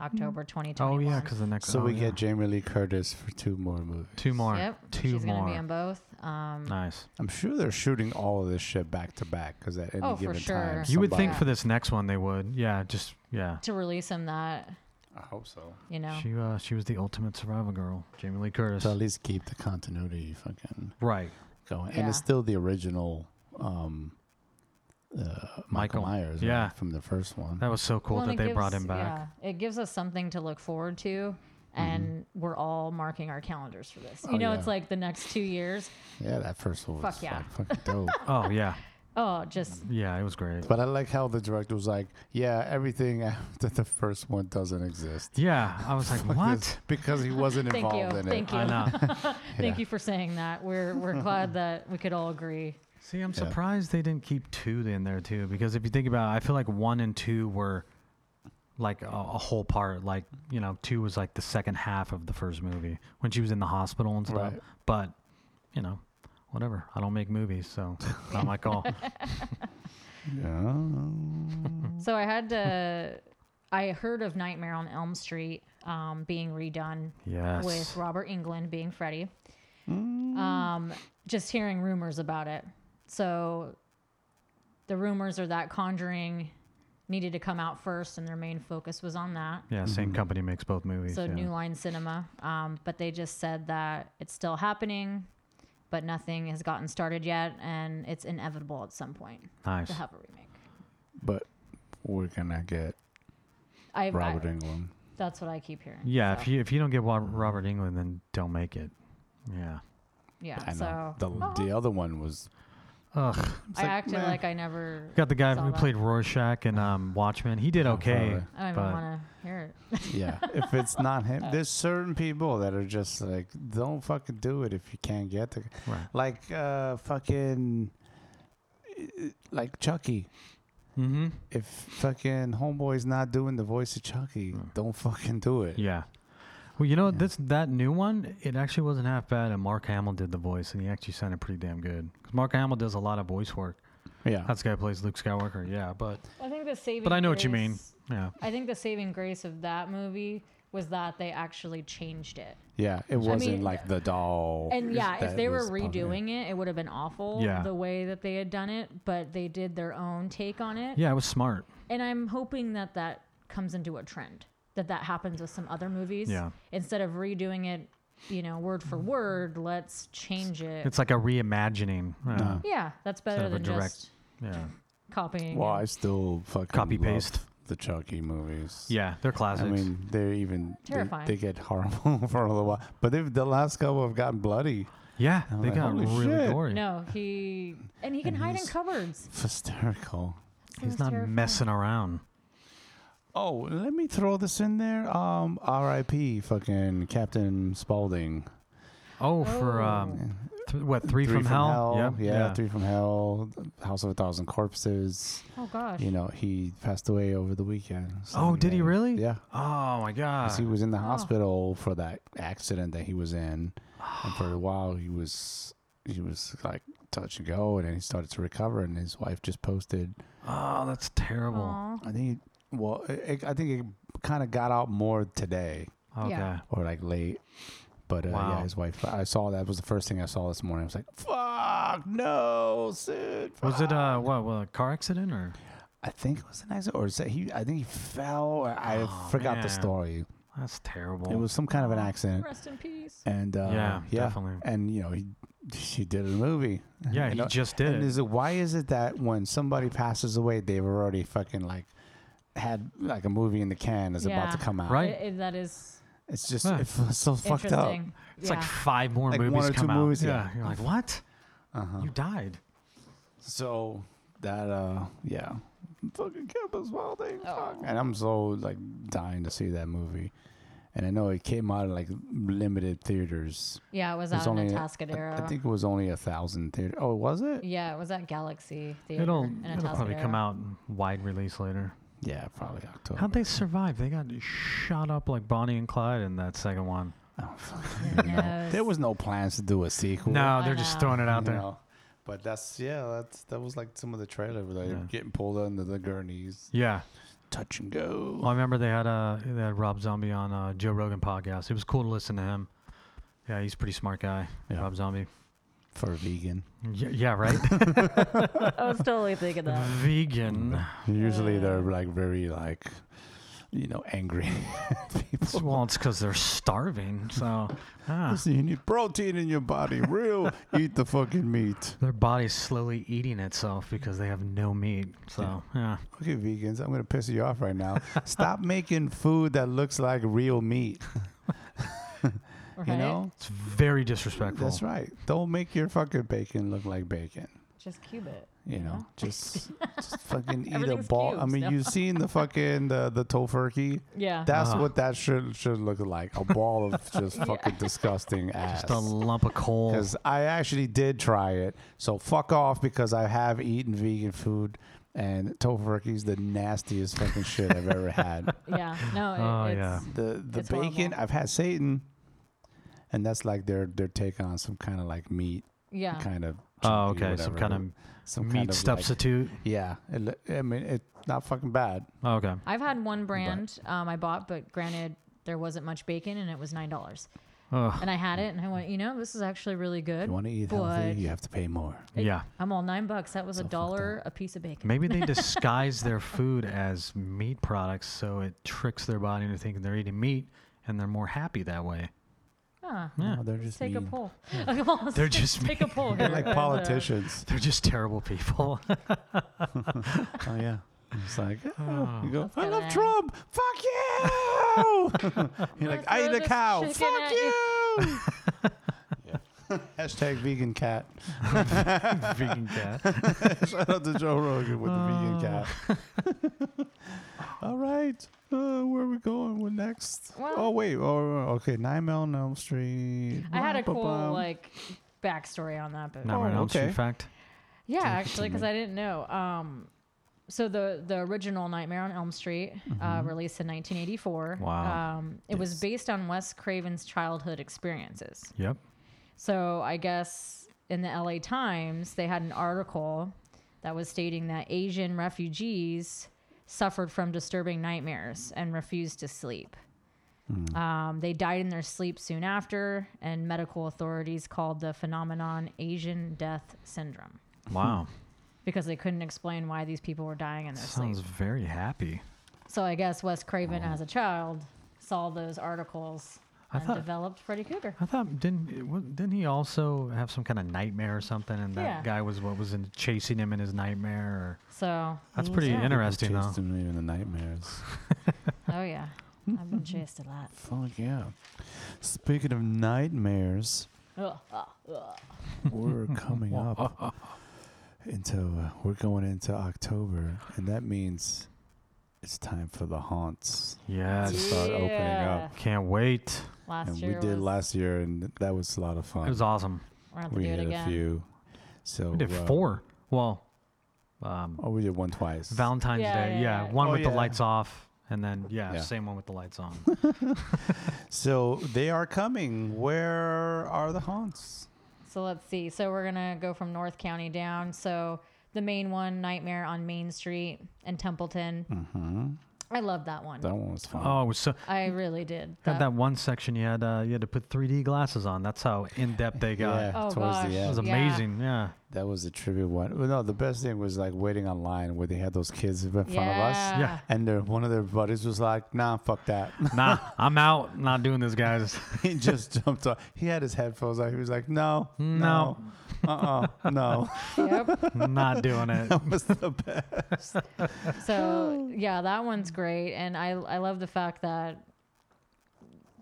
October 2021. Oh yeah, because the next. So oh, we yeah. get Jamie Lee Curtis for two more movies. two more. Yep, Two she's more. gonna be on both. Um, nice. I'm sure they're shooting all of this shit back to back because at any Oh, for given time, sure. You would think somebody- for this next one they would. Yeah, just yeah. To release him, that I hope so. you know, She uh, she was the ultimate survival girl, Jamie Lee Curtis. So at least keep the continuity fucking Right. going. And it's Yeah. still the original um, uh, Michael Michael. Myers, right, Yeah. from the first one. That was so cool Well, that and it they brought gives- him back. Mm-hmm. Yeah, it gives us something to look forward to, and we're all marking our calendars for this. You Oh, know, yeah. it's like the next two years. Yeah, that first one was Fuck yeah. fuck- [LAUGHS] fucking dope. Oh yeah, Oh, just yeah, it was great. but I like how the director was like, "Yeah, everything [LAUGHS] after the first one doesn't exist." Yeah, [LAUGHS] I was like, Because- what? Because he wasn't [LAUGHS] Thank involved you, in thank it. [LAUGHS] I know. Mm-hmm. thank you for saying that. We're we're [LAUGHS] glad that we could all agree. See, I'm surprised they didn't keep two in there too, because if you think about, it, I feel like one and two were like a, a whole part. Like you know, two was like the second half of the first movie when she was in the hospital and stuff. Right. But you know, whatever. I don't make [LAUGHS] movies, so "Oh, it's not my call. Yeah. So I had to. I heard of Nightmare on Elm Street um, being redone Yes. Mm. with Robert England being Freddy. [LAUGHS] um, just hearing rumors about it. So the rumors are that Conjuring needed to come out first, and their main focus was on that. Yeah, Mm-hmm. same company makes both movies. So yeah. New Line Cinema, um, but they just said that it's still happening, but nothing has gotten started yet, and it's inevitable at some point nice. to have a remake. But we're gonna get I, Robert I England. that's what I keep hearing. Yeah, so, if you if you don't get Wa- Robert England, then don't make it. Yeah. yeah. I know so Oh. the the other one was. Ugh. I acted like I never Got the guy saw who that. played Rorschach in um, Watchmen. He did Oh, okay. Godfather. I don't even but- want to hear it. Yeah, if it's not him, [LAUGHS] there's certain people that are just like, don't fucking do it if you can't get the Right. like uh fucking uh, like Chucky. Mm-hmm. If fucking homeboy's not doing the voice of Chucky, don't fucking do it. Yeah. Well, you know Yeah. this that new one. It actually wasn't half bad, and Mark Hamill did the voice, and he actually sounded pretty damn good. 'Cause Mark Hamill does a lot of voice work. Yeah. That's the guy who plays Luke Skywalker. Yeah, but I think the saving. but I know what you mean. grace- Yeah. I think the saving grace of that movie was that they actually changed it. Yeah, it wasn't mean, like the doll. And yeah, if that they were was popular. redoing it, it would have been awful Yeah. the way that they had done it, but they did their own take on it. Yeah, it was smart. And I'm hoping that that comes into a trend, that that happens with some other movies. Yeah. Mm. Instead of redoing it, you know, word for word, let's change it. It's like a reimagining. Yeah. No. yeah, that's better of a than direct- just Yeah. copying. Well, and- I still fucking Copy love paste. the Chucky movies. Yeah, they're I classics. mean, they're even they- Terrifying. They, get horrible [LAUGHS] for a little while, but they've, the last couple have gotten bloody. yeah, I'm they like, got holy really shit. gory. no, he and he can And hide in he's- cupboards. It's hysterical. That's the He's most not terrifying. messing around. Oh, let me throw this in there. Um, R.I.P. Fucking Captain Spaulding. Oh, for um, th- what three, from, hell? Yep, yeah, Three from Hell. House of a Thousand Corpses. Oh gosh. You know, he passed away over the weekend. Oh, did he Sunday. really? Yeah. Oh my 'Cause he god. was in the hospital for that accident that he was in, and for a while he was he was like touch and go, and then he started to recover. And his wife just posted, Oh, that's terrible. Aw. I think, well, it, I think it kind of got out more today Okay. Yeah. or like late. But uh, yeah, Wow. his wife. I saw that was the first thing I saw this morning. I was like, "Fuck no, Sid." Was it fuck." uh what, what a car accident or? I think it was an accident, or is that he? I think he fell. Or I Oh, forgot the man. story. That's terrible. It was some kind of an accident. Rest in peace. And uh, Yeah, definitely. And you know, he [LAUGHS] she did a movie. yeah, you he know, just did And it. is it why is it that when somebody passes away, they've already fucking like had like a movie in the can is about to Yeah. come out? Right. I- I- that is It's just Huh. it feels so fucked up. interesting. It's yeah. like five more Like one movies or come two out. movies, yeah. yeah. You're like, "What? Uh-huh. You died." So that uh yeah. Fucking Captain Spaulding. Fuck. Oh. And I'm so like dying to see that movie. And I know it came out in like limited theaters. yeah, it was It out was in only- Atascadero. I think it was only a thousand theater. Oh, was it? yeah, it was at Galaxy Theater. It'll in it'll probably Atascadero. come out in wide release later. Yeah, probably October. How'd they survive? They got shot up like Bonnie and Clyde in that second one. Oh, Who knows? There was no plans to do a sequel. No, I they're just know. throwing it out you there. know. But that's yeah, that's that was like some of the trailer where they're Yeah. getting pulled under the gurneys, Yeah. touch and Well, I go. remember they had uh they had Rob Zombie on uh, Joe Rogan podcast. It was cool to listen to him. Yeah, he's a pretty smart guy, Yeah. Rob Zombie. For a vegan, Yeah, yeah [LAUGHS] right. [LAUGHS] I was totally thinking [LAUGHS] that. Vegan. usually they're like very like, you know, angry [LAUGHS] people. [LAUGHS] Well, it's because they're starving. So ah, Listen, you need protein in your body. [LAUGHS] Real, eat the fucking meat. their body's slowly eating itself because they have no meat. So yeah, Okay, vegans, I'm gonna piss you off right now. [LAUGHS] Stop making food that looks like real meat. Right? You know, it's very disrespectful. that's right. Don't make your fucking bacon look like bacon. Just cube it. You know, just, just [LAUGHS] fucking eat a Oh. Everything's ball. I cubes mean, now. Uh-huh. you've seen the fucking the the tofurkey. Yeah. That's Ah. what that should should look like. A ball [LAUGHS] of just fucking disgusting ass. [LAUGHS] Just a lump of coal. Because I actually did try it. So fuck off because I have eaten vegan food and tofurkey's the nastiest fucking shit I've [LAUGHS] ever had. yeah. No, it, Oh, it's The the It's bacon horrible. I've had Satan, and that's like their their take on some kind of like meat yeah. kind of. Oh, chunky, okay. Some whatever, kind of some meat kind of, like- substitute. yeah, it, li- I mean it's not fucking bad. Oh, okay. I've had one brand um, I bought, but granted, there wasn't much bacon and it was $9. Ugh. and I had it, and I went, you know, this is actually really good. You want to eat but healthy, you have to pay more. it- Yeah. I'm all nine bucks. That was a dollar a piece of bacon. [LAUGHS] Maybe they disguise their food as meat products so it tricks their body into thinking they're eating meat and they're more happy that way. Huh. No, they're Let's just Ah, take a mean. poll. [LAUGHS] Let's They're just take a poll. [LAUGHS] They're here like and, uh, politicians. [LAUGHS] They're just terrible people. [LAUGHS] oh yeah. It's like oh. you go. Let's I go love there. Trump. Fuck you. [LAUGHS] You're like Let's I throw eat a this cow. chicken Fuck at you. [LAUGHS] you. Hashtag vegan cat. [LAUGHS] Vegan cat. Shout out to Joe Rogan with the vegan cat. [LAUGHS] All right. Uh, where are we going? What next? Well- oh wait. Oh okay. Nine Mile on Elm Street. I had a cool Ba-ba-bum. like backstory on that, but Not right Oh, on okay. okay. fact. Yeah, Take it actually, to because me. I didn't know. Um, so the the original Nightmare on Elm Street, Mm-hmm. uh, released in 1984. Wow. Um, it was based on Wes Craven's childhood experiences. [LAUGHS] Yep. So I guess in the LA Times they had an article that was stating that Asian refugees suffered from disturbing nightmares and refused to sleep. Hmm. Um, they died in their sleep soon after, and medical authorities called the phenomenon Asian death syndrome Wow. because they couldn't explain why these people were dying in their Sounds sleep. very happy. So I guess Wes Craven, as a child, saw those articles I and thought- developed Freddy Krueger. I thought didn't it wa- didn't he also have some kind of nightmare or something? And that Yeah. guy was what was in, chasing him in his nightmare. Or, So that's he- pretty yeah. interesting People though. chased him in the nightmares. Oh yeah, Hmm. I've been chased a lot. Fuck yeah. Speaking of nightmares, Ugh, ugh, ugh. [LAUGHS] we're coming up into uh, we're going into October, and that means it's time for the haunts to Yes. start opening up. Can't wait. Last and we year did was, last year, and that was a lot of fun. It was awesome. We're gonna have to we do had it a again. few. So We did uh, four. Well, um, Oh, we did one twice. Valentine's Yeah, Day. yeah, Yeah, yeah. one Oh, with yeah. the lights off, and then yeah, Yeah. same one with the lights on. so they are coming. Where are the haunts? So let's see. So we're gonna go from North County down. So the main one, Nightmare on Main Street in Templeton. I love that one. Hmm. Mm-hmm. That one was fun. oh, it was so I really did. had that one section you had uh, you had to put 3D glasses on. That's how in depth they got. yeah, Oh, towards gosh. the It end. was Yeah. amazing. Yeah. That was the trivia one. Well, No, the best thing was like waiting online where they had those kids in front of us. Yeah. And their, one of their buddies was like, nah, fuck that. [LAUGHS] Nah, I'm out. Not doing this, guys. he just jumped off. He had his headphones on. He was like, no, no, No. uh uh no. [LAUGHS] [LAUGHS] Yep. Not doing it. that was the best. So yeah, that one's great, and I I love the fact that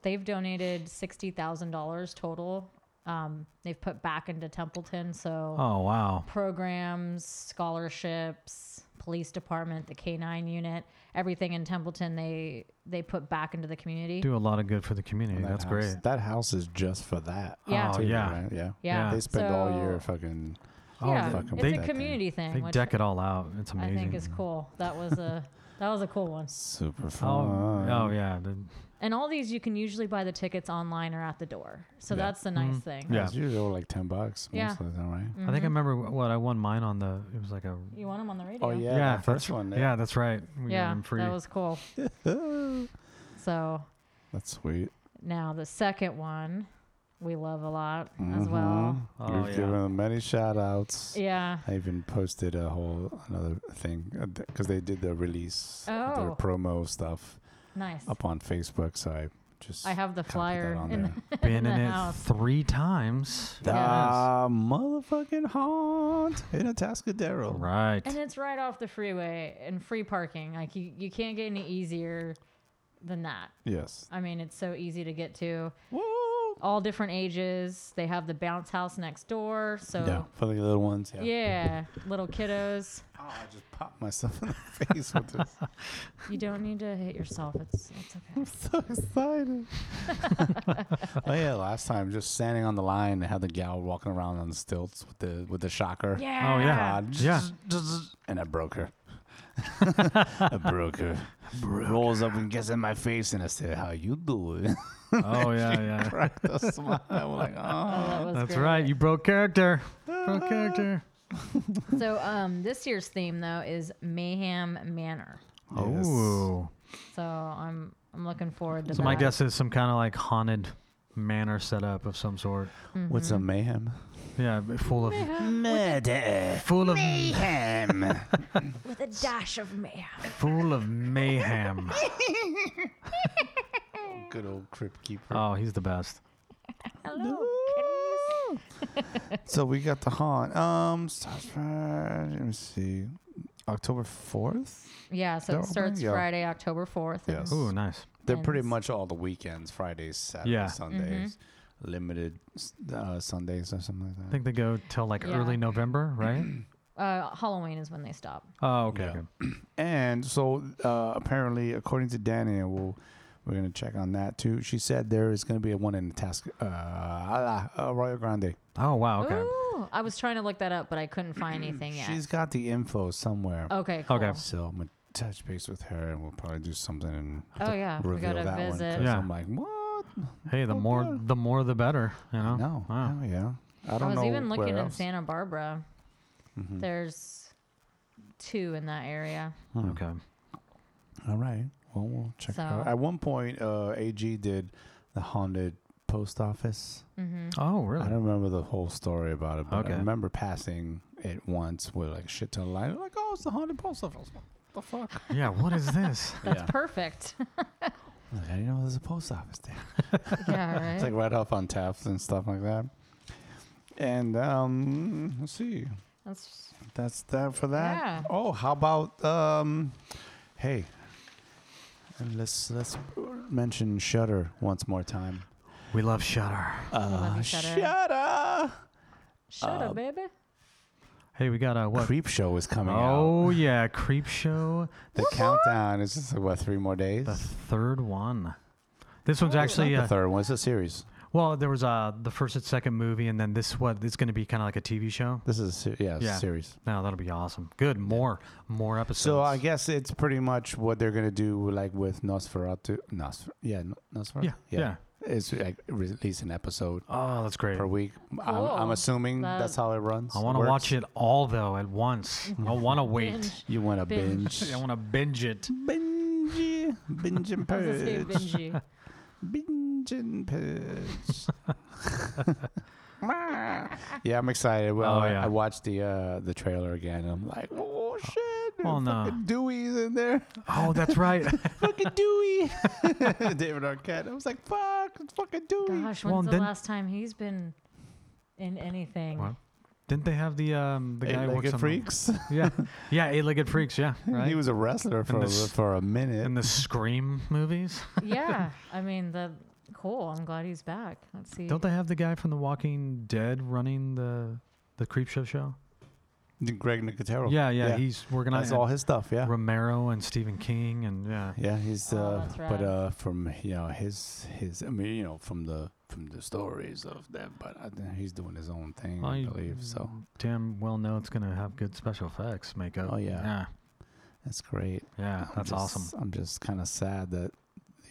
they've donated sixty thousand dollars total. Um, they've put back into Templeton, so Oh wow. programs, scholarships, police department, the K nine unit, everything in Templeton they they put back into the community. Do a lot of good for the community. That That's house- great. That house is just for that. Yeah. Oh too, yeah. right? yeah. yeah, Yeah. They spend all so- year fucking. Oh, yeah, fucking it's they- a community thing, They which deck it all out. It's I amazing. think is cool. That was [LAUGHS] a that was a cool one. Super Oh, fun. oh yeah. The- And all these you can usually buy the tickets online or at the door, so Yeah. that's the nice thing. Mm. Yeah. It's usually like 10 bucks. Yeah. Most of the time, right? I Mm-hmm. think I remember wh- what I won mine on the. It was like a. You want them on the radio? Oh, yeah. that that's first r- one. Yeah, that's right. We got Yeah, them free. that was cool. so That's sweet. now the second one we love a lot as well. Oh, Mm-hmm. We've yeah. given them many shout outs. Yeah. I even posted a whole another thing because they did the release, their Oh. promo stuff Nice. up on Facebook. So I just I have the copied flyer that on in there. [LAUGHS] [LAUGHS] Been the in it house. three times. The Yeah. motherfucking haunt in Atascadero. Right. [LAUGHS] And it's right off the freeway and free parking. Like you, you can't get any easier than that. Yes. I mean, it's so easy to get to. Woo! All different ages. They have the bounce house next door. So Yeah, for the little ones. Yeah. yeah, little kiddos. Oh, I just popped myself in the [LAUGHS] face with this. [LAUGHS] You don't need to hit yourself. It's it's [LAUGHS] so okay. [LAUGHS] excited. oh yeah, last time just standing on the line, they had the gal walking around on the stilts with the with the shocker. Yeah. Oh yeah. God. Yeah. and I broke [LAUGHS] her. I broke her. Rolls up and gets in my face, and I said, "How you doing?" [LAUGHS] Oh yeah. Yeah. Cracked a smile. I'm like, "Oh." That was That's great. right. You broke character. [LAUGHS] Broke character. So um, this year's theme though is Mayhem Manor. Yes. Oh. So I'm I'm looking forward to So that. my guess is some kind of like haunted manor set up of some sort. What's a mayhem? Yeah, b- full of Murder. full of Mayhem. With a dash of mayhem. full of mayhem. Good old crypt keeper. Oh, he's the best. Hello. Oh. so we got the haunt. Um, starts Friday- let me see, October fourth. Yeah, so They're it open? starts Yeah. Friday, October 4th. and Yes. Ooh, nice. They're pretty Ends. much all the weekends: Fridays, Saturdays, Yeah. Sundays, limited s- uh, Sundays or something like that. I think they go till like Yeah. early November, right? [CLEARS THROAT] Uh, Halloween is when they stop. Oh, okay. Yeah. okay. And so, uh, apparently, according to Danny, and we'll, we're going to check on that too. She said there is going to be a one in Task uh, ah, uh, Royal Grande. Oh, wow. Okay. Ooh, I was trying to look that up, but I couldn't find anything yet. She's got the info somewhere. okay, cool. Okay. So I'm going to touch base with her, and we'll probably do something and Oh, yeah. We reveal got to that one. visit. 'cause Yeah. I'm like, what? Hey, the Oh, more yeah. the more the better, you know. No. Wow. hell yeah. I don't I was know even where looking in else. Mm-hmm. Santa Barbara. There's two in that area. Okay. Hmm. All right. Well, we'll check it out. So- At one point, uh, AG did the haunted post office. Mm-hmm. Oh, really? I don't remember the whole story about it, but Okay. I remember passing it once with like shit ton of light. Like, oh, it's the haunted post office. What the fuck? Yeah. What is [LAUGHS] this? That's Yeah. perfect. [LAUGHS] Like, I didn't know there's a post office there. yeah, right. It's like right off on Taft and stuff like that. And um, let's see. That's That's that for that. Yeah. Oh, how about um, hey, and let's let's mention Shutter once more time. We love Shutter. love you, Shudder. Shutter. shut uh, up, baby. Hey, we got a what? Creep Show is coming out. oh yeah, [LAUGHS] Creep Show, The countdown is just like what three more days. the third one. This one's It's not actually Oh, the uh, third one. It's a series. well, there was uh the first and second movie, and then this what it's going to be kind of like a TV show. This is a ser- yeah, it's a Yeah. series. No, that'll be awesome. Good, more more episodes. So I guess it's pretty much what they're gonna do, like with Nosferatu. Nosfer, yeah, N- Nosferatu. Yeah, yeah. It's like release an episode Oh, that's great. per week. I'm, I'm Cool. assuming That- that's how it runs. I want to works. watch it all though at once. I [LAUGHS] want to wait. Binge. You want to binge? Binge. [LAUGHS] I want to binge it. binge, binge and [LAUGHS] I was gonna say purge, [LAUGHS] Benji. binge and purge. [LAUGHS] yeah, I'm excited. Well, Oh, I- yeah. I watched the uh, the trailer again. and I'm like, oh shit! Oh, no. fucking Dewey's in there. Oh, that's right. fucking Dewey. [LAUGHS] David Arquette. I was like, fuck, it's fucking Dewey. Gosh, when's Well, the then- last time he's been in anything? What? [LAUGHS] Didn't they have the um the guy who works Eight-legged on freaks. [LAUGHS] The, yeah, yeah, eight-legged freaks. Yeah, right. He was a wrestler for a, the s- for a minute. in the Scream movies. Yeah, I mean the cool. I'm glad he's back. Let's see. Don't they have the guy from The Walking Dead running the the creep show show? Greg Nicotero. Yeah, yeah, he's working on Oh, that's all his stuff. Yeah, Romero and Stephen King and yeah. yeah, he's Oh, uh, that's but rad. uh, from you know his his I mean you know from the from the stories of them, but I think he's doing his own thing, I, I- Mm. believe. So Damn well know it's gonna have good special effects makeup. Oh, yeah. yeah, that's great. yeah, I'm that's just- awesome. I'm just kind of sad that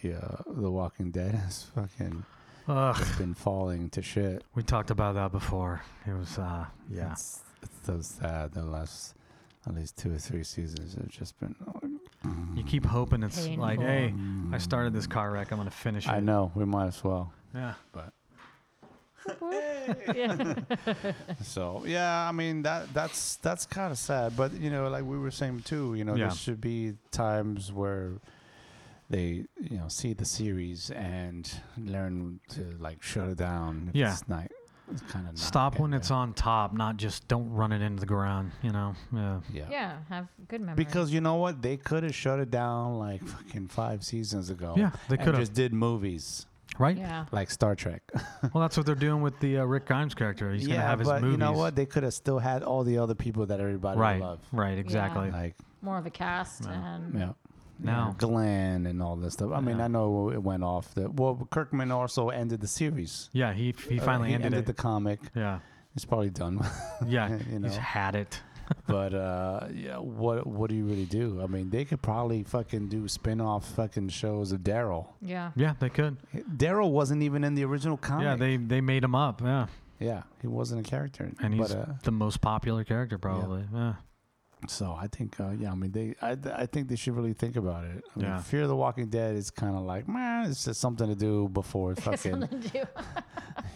the uh, the Walking Dead [LAUGHS] has fucking Ugh, been [LAUGHS] falling to shit. we talked about that before. It was uh, yeah, It's, it's so sad. The last, at least two or three seasons have just been. you keep hoping it's like, Painful. hey, I started this car wreck, I'm gonna finish it. Mm. I know. We might as well. Yeah, [LAUGHS] yeah. So yeah, I mean that that's that's kind of sad. But you know, like we were saying too, you know, Yeah. there should be times where they you know see the series and learn to like shut it down. If Yeah. it's not. It's kind of stop when it's on top, not just don't run it into the ground. You know, yeah. Yeah. yeah, have good memories. Because you know what, they could have shut it down like fucking five seasons ago. Yeah, they and coulda. just did movies Right? yeah, like Star Trek. Well, that's what they're doing with the uh, Rick Grimes [LAUGHS] character. He's gonna have his but movies. you know what? They could have still had all the other people that everybody Right. love. Right. Exactly. Like, more of a cast and yeah. No. Glenn and all this stuff. I mean, Yeah. I know it went off. The, well, Kirkman also ended the series. Yeah. He he Uh, finally he ended, ended it. the comic. [LAUGHS] yeah. It's probably done. Yeah. You know. He's [LAUGHS] had it. but uh, yeah, what what do you really do? I mean, they could probably fucking do spin off fucking shows of Daryl. yeah. Yeah. They could. Daryl wasn't even in the original comic. Yeah. They they made him up. Yeah. yeah, he wasn't a character. And he's but, uh, the most popular character probably. Yeah. So I think, uh, yeah, I mean, they, I, I think they should really think about it. I mean, Yeah. Fear the Walking Dead is kind of like, man, it's just something to do [LAUGHS] before fucking. [LAUGHS] Something to do.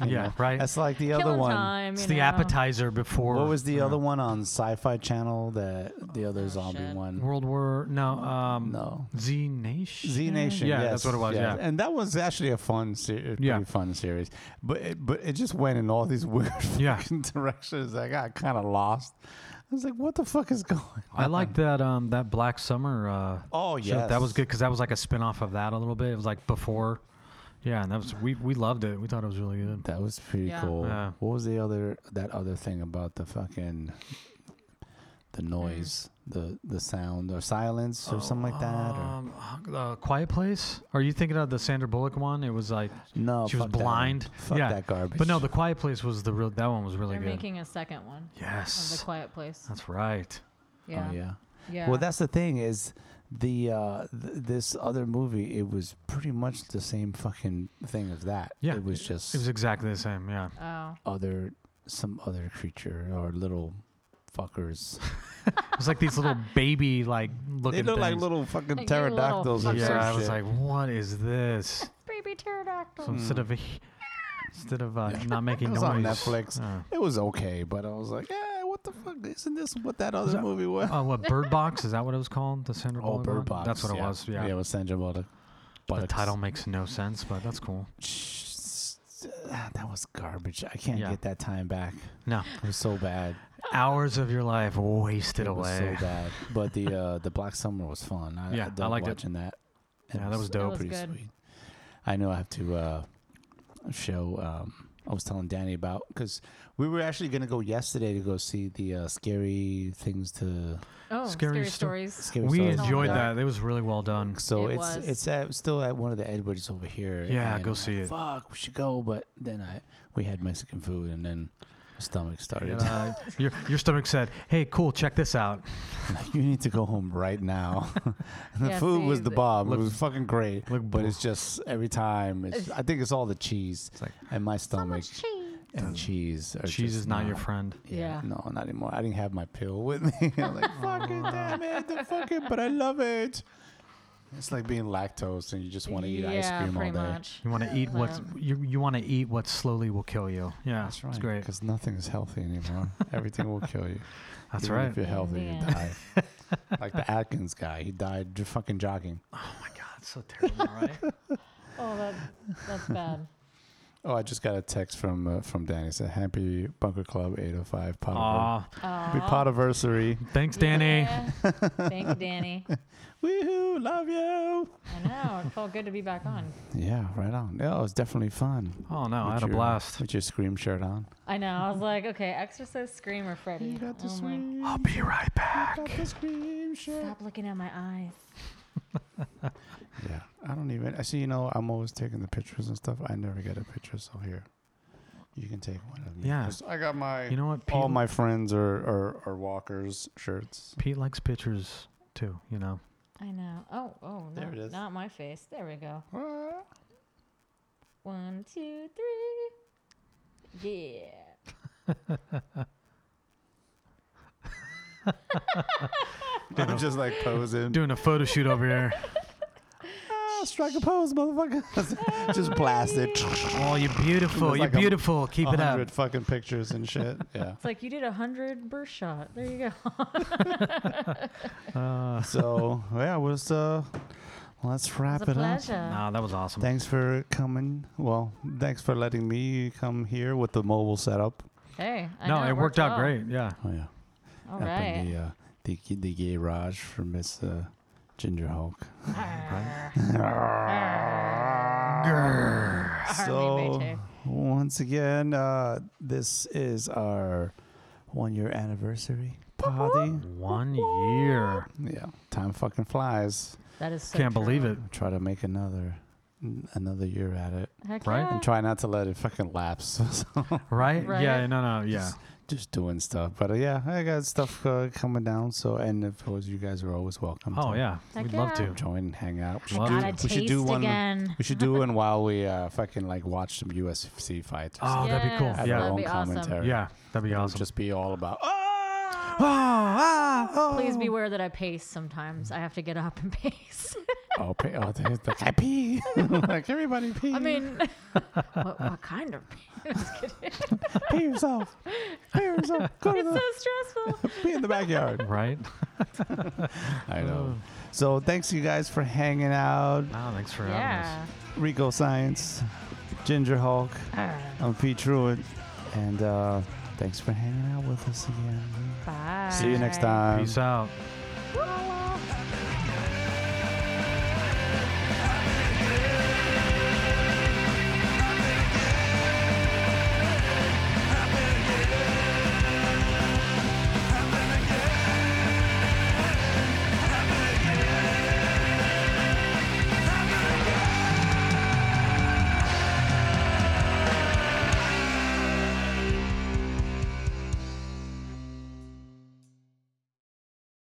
you Yeah, know? right. That's like the other Killing one. time. It's you the know. appetizer before. What was the other one on Sci-Fi Channel? That the other zombie Oh, shit. one? World War? No. Um, No. Z Nation. Z Nation. Yeah, yes, that's what it was, yeah. and that was actually a fun, ser- pretty Yeah. fun series. But it, but it just went in all these [LAUGHS] weird Yeah. fucking directions. I got kind of lost. I was like, what the fuck is going? on? I liked that um that Black Summer. Uh, uh-uh. Oh, show. that was yes. good because that was like a spin off of that a little bit. It was like before, yeah, and that was we we loved it. We thought it was really good. That was pretty Yeah. cool. Yeah. What was the other that other thing about the fucking the noise, the the sound or silence or something like that? Or, Um, uh, Quiet Place. Are you thinking of the Sandra Bullock one? It was like no, she was fuck that one. blind. Fuck yeah, that garbage. But no, the Quiet Place was the real. That one was really They're good. making a second one of yes, The Quiet Place. that's right. Yeah. Oh, yeah. yeah. Well, that's the thing is the uh, th- this other movie. It was pretty much the same fucking thing as that. Yeah, it was just It was exactly the same. Yeah. Oh. other some other creature or little fuckers. It was like these [LAUGHS] little baby like looking things. little fucking Like your little pterodactyls or yeah, some I was like, what is this? Baby pterodactyl. So instead of instead of uh, not making Hmm. It was noise on Netflix. [LAUGHS] Uh, It was okay, but I was like, yeah, what the fuck? Isn't this what that other that- movie was? uh, what Bird Box is that what it was called? The Sandra oh, Bullock Bird one? Box. That's what it yeah. was. Yeah. yeah, it was Sandra Bullock. the Bullocks. title makes no sense, but that's cool. Ah, That was garbage. I can't Yeah. get that time back. [LAUGHS] No, It was so bad. hours of your life wasted It was away. so bad. But [LAUGHS] the uh, the Black Summer was fun. I, Yeah, I dug liked it. watching that. Yeah, that was dope. That was pretty good. sweet. I know I have to uh, show. Um, I was telling Danny about because we were actually gonna go yesterday to go see the uh, scary things to oh, Scary scary, Sto- stories. scary. we stories. enjoyed Yeah. that. It was really well done. So It it's was. it's at, still at one of the Edwards over here. Yeah, and go I'm see like, it. Fuck, we should go. But then I we had Mexican food, and then my stomach started. And, uh, your your stomach said, "Hey, cool, check this out." [LAUGHS] you need to go home right now. [LAUGHS] And the Yeah, food see, was the the- bomb. It was fucking great. look, but it's just every time. It's, I think it's all the cheese like- and my So stomach much cheese. and cheese. Are Cheese just is not your friend. Yeah, [LAUGHS] Yeah. no, not anymore. I didn't have my pill with me. [LAUGHS] I'm like, fucking damn it, the fucking, but I love it. It's like being lactose and you just want to eat yeah, ice cream all pretty day. much. You want to eat what Um, you you want to eat what slowly will kill you. Yeah, That's right. It's great. Because nothing is healthy [LAUGHS] anymore. Everything will kill you. That's Even right. If you're healthy, you Yeah. die. [LAUGHS] like the Atkins guy, he died j- fucking jogging. Oh my god, it's so terrible, right? [LAUGHS] Oh, that, that's bad. Oh, I just got a text from uh, from Danny. It said, "Happy Bunker Club 805 pot Aw, Happy Potiversary. thanks, Danny. Yeah. Thank you, Danny. Woohoo! Love you." I know. It felt good to be back on. Yeah, right on. Yeah, it was definitely fun. Oh no, I With had a your- blast. With your scream shirt on. I know. I was like, okay, Exorcist, Scream, or Freddy. Oh my- I'll be right back. Got the scream shirt. Stop looking at my eyes. Yeah, I don't even. I see. You know, I'm always taking the pictures and stuff. I never get a picture, so here, you can take one of me. Yeah. 'Cause I got my. You know what? Pete, all my friends are are, are walkers shirts. Pete likes pictures too. You know. I know. Oh, oh, no, There it is. not my face. There we go. Ah. One, two, three. Yeah. I'm just like posing. Doing a photo shoot over here. Ah, strike a pose, motherfucker. [LAUGHS] just blast it. [LAUGHS] Oh, you're beautiful. There's You're like a- beautiful. Keep it up. hundred fucking pictures and [LAUGHS] shit. Yeah. It's like you did a hundred burst shot. There you go. Uh, So yeah, it was uh, let's wrap It's a it up. pleasure. nah, that was awesome. Thanks for coming. Well, thanks for letting me come here with the mobile setup. Hey, I no, know, it worked out well. great. Yeah. Oh yeah. All up in right. the uh, the g- the garage for Miss uh, Ginger [LAUGHS] Hulk. Army So Maytag. once again, uh, this is our one year anniversary party. One year. Yeah, time fucking flies. That is so Can't believe true. it. Try to make another another year at it, Heck Right? yeah. and try not to let it fucking lapse. [LAUGHS] So, Right? Right? Yeah. No. No. Yeah. just doing stuff, but uh, yeah, I got stuff uh, coming down. So, and of course, you guys are always welcome. Oh to yeah. Heck We'd love yeah. to. join, hang out. We Love do- it. Gotta we should do taste one. again. We should do one while we uh, fucking like watch some UFC fights. or Oh, that'd be cool. Yes, Have our Yeah. that'd own be awesome. commentary. Yeah. That'd be It'll awesome. Just be all about. ah, ah, Please oh. beware that I pace sometimes. I have to get up and [LAUGHS] pace. Oh, pee. oh there's the guy pee. [LAUGHS] like everybody pee. I mean, [LAUGHS] what, what kind of pace? pee yourself. Pee yourself. Go to It's the so stressful. pee in the backyard. right? [LAUGHS] I know. Oh. So thanks you guys for hanging out. Wow, thanks for having Yeah. us. Rico Science, Ginger Hulk. Alright, I'm Pete Truitt, and uh, thanks for hanging out with us again. See you next bye. Um, time. Peace out.